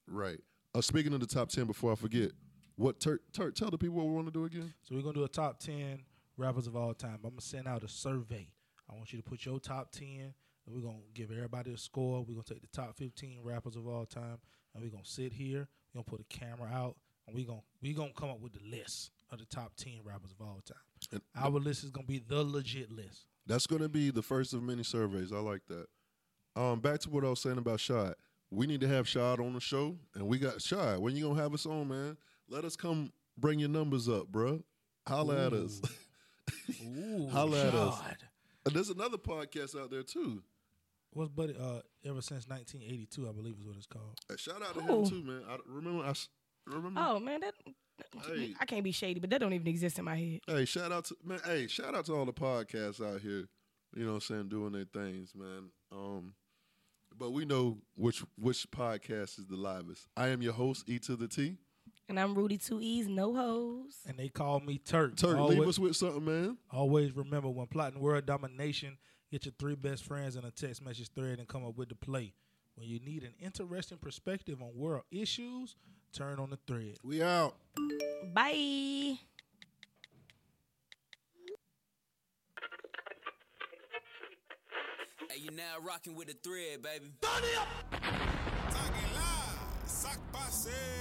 right. Uh, speaking of the top ten before I forget, what Turk Turk, tell the people what we want to do again.
So we're gonna do a top ten rappers of all time. I'm gonna send out a survey. I want you to put your top ten, and we're gonna give everybody a score. We're gonna take the top fifteen rappers of all time, and we're gonna sit here. We're gonna put a camera out, and we're gonna we gonna come up with the list of the top ten rappers of all time.
And-
Our list is gonna be the legit list.
That's going to be the first of many surveys. I like that. Um, back to what I was saying about Shad. We need to have Shad on the show, and we got Shad. When you gonna have us on, man? Let us come. Bring your numbers up, bruh. Holla at us.
Ooh,
Holla at us.
Shad.
and there's another podcast out there too.
What's buddy? Uh, ever since 1982, I believe is what it's called.
Uh, shout out to
Who?
him too, man. I remember. I s-
Mm.
remember.
Oh man, that
Hey.
I can't be shady, but that don't even exist in my head.
Hey, shout out to man. Hey, shout out to all the podcasts out here. You know, what I'm saying doing their things, man. Um, but we know which which podcast is the livest. I am your host, E to the T.
And I'm Rudy Two E's, no hoes.
And they call me Turk.
Turk,
Always-
leave us with something, man.
Always remember when plotting world domination, get your three best friends in a text message thread and come up with the play. When you need an interesting perspective on world issues, turn on the thread.
We out.
Bye.
Hey, you now rocking with the thread, baby.
Tagela, sac passé.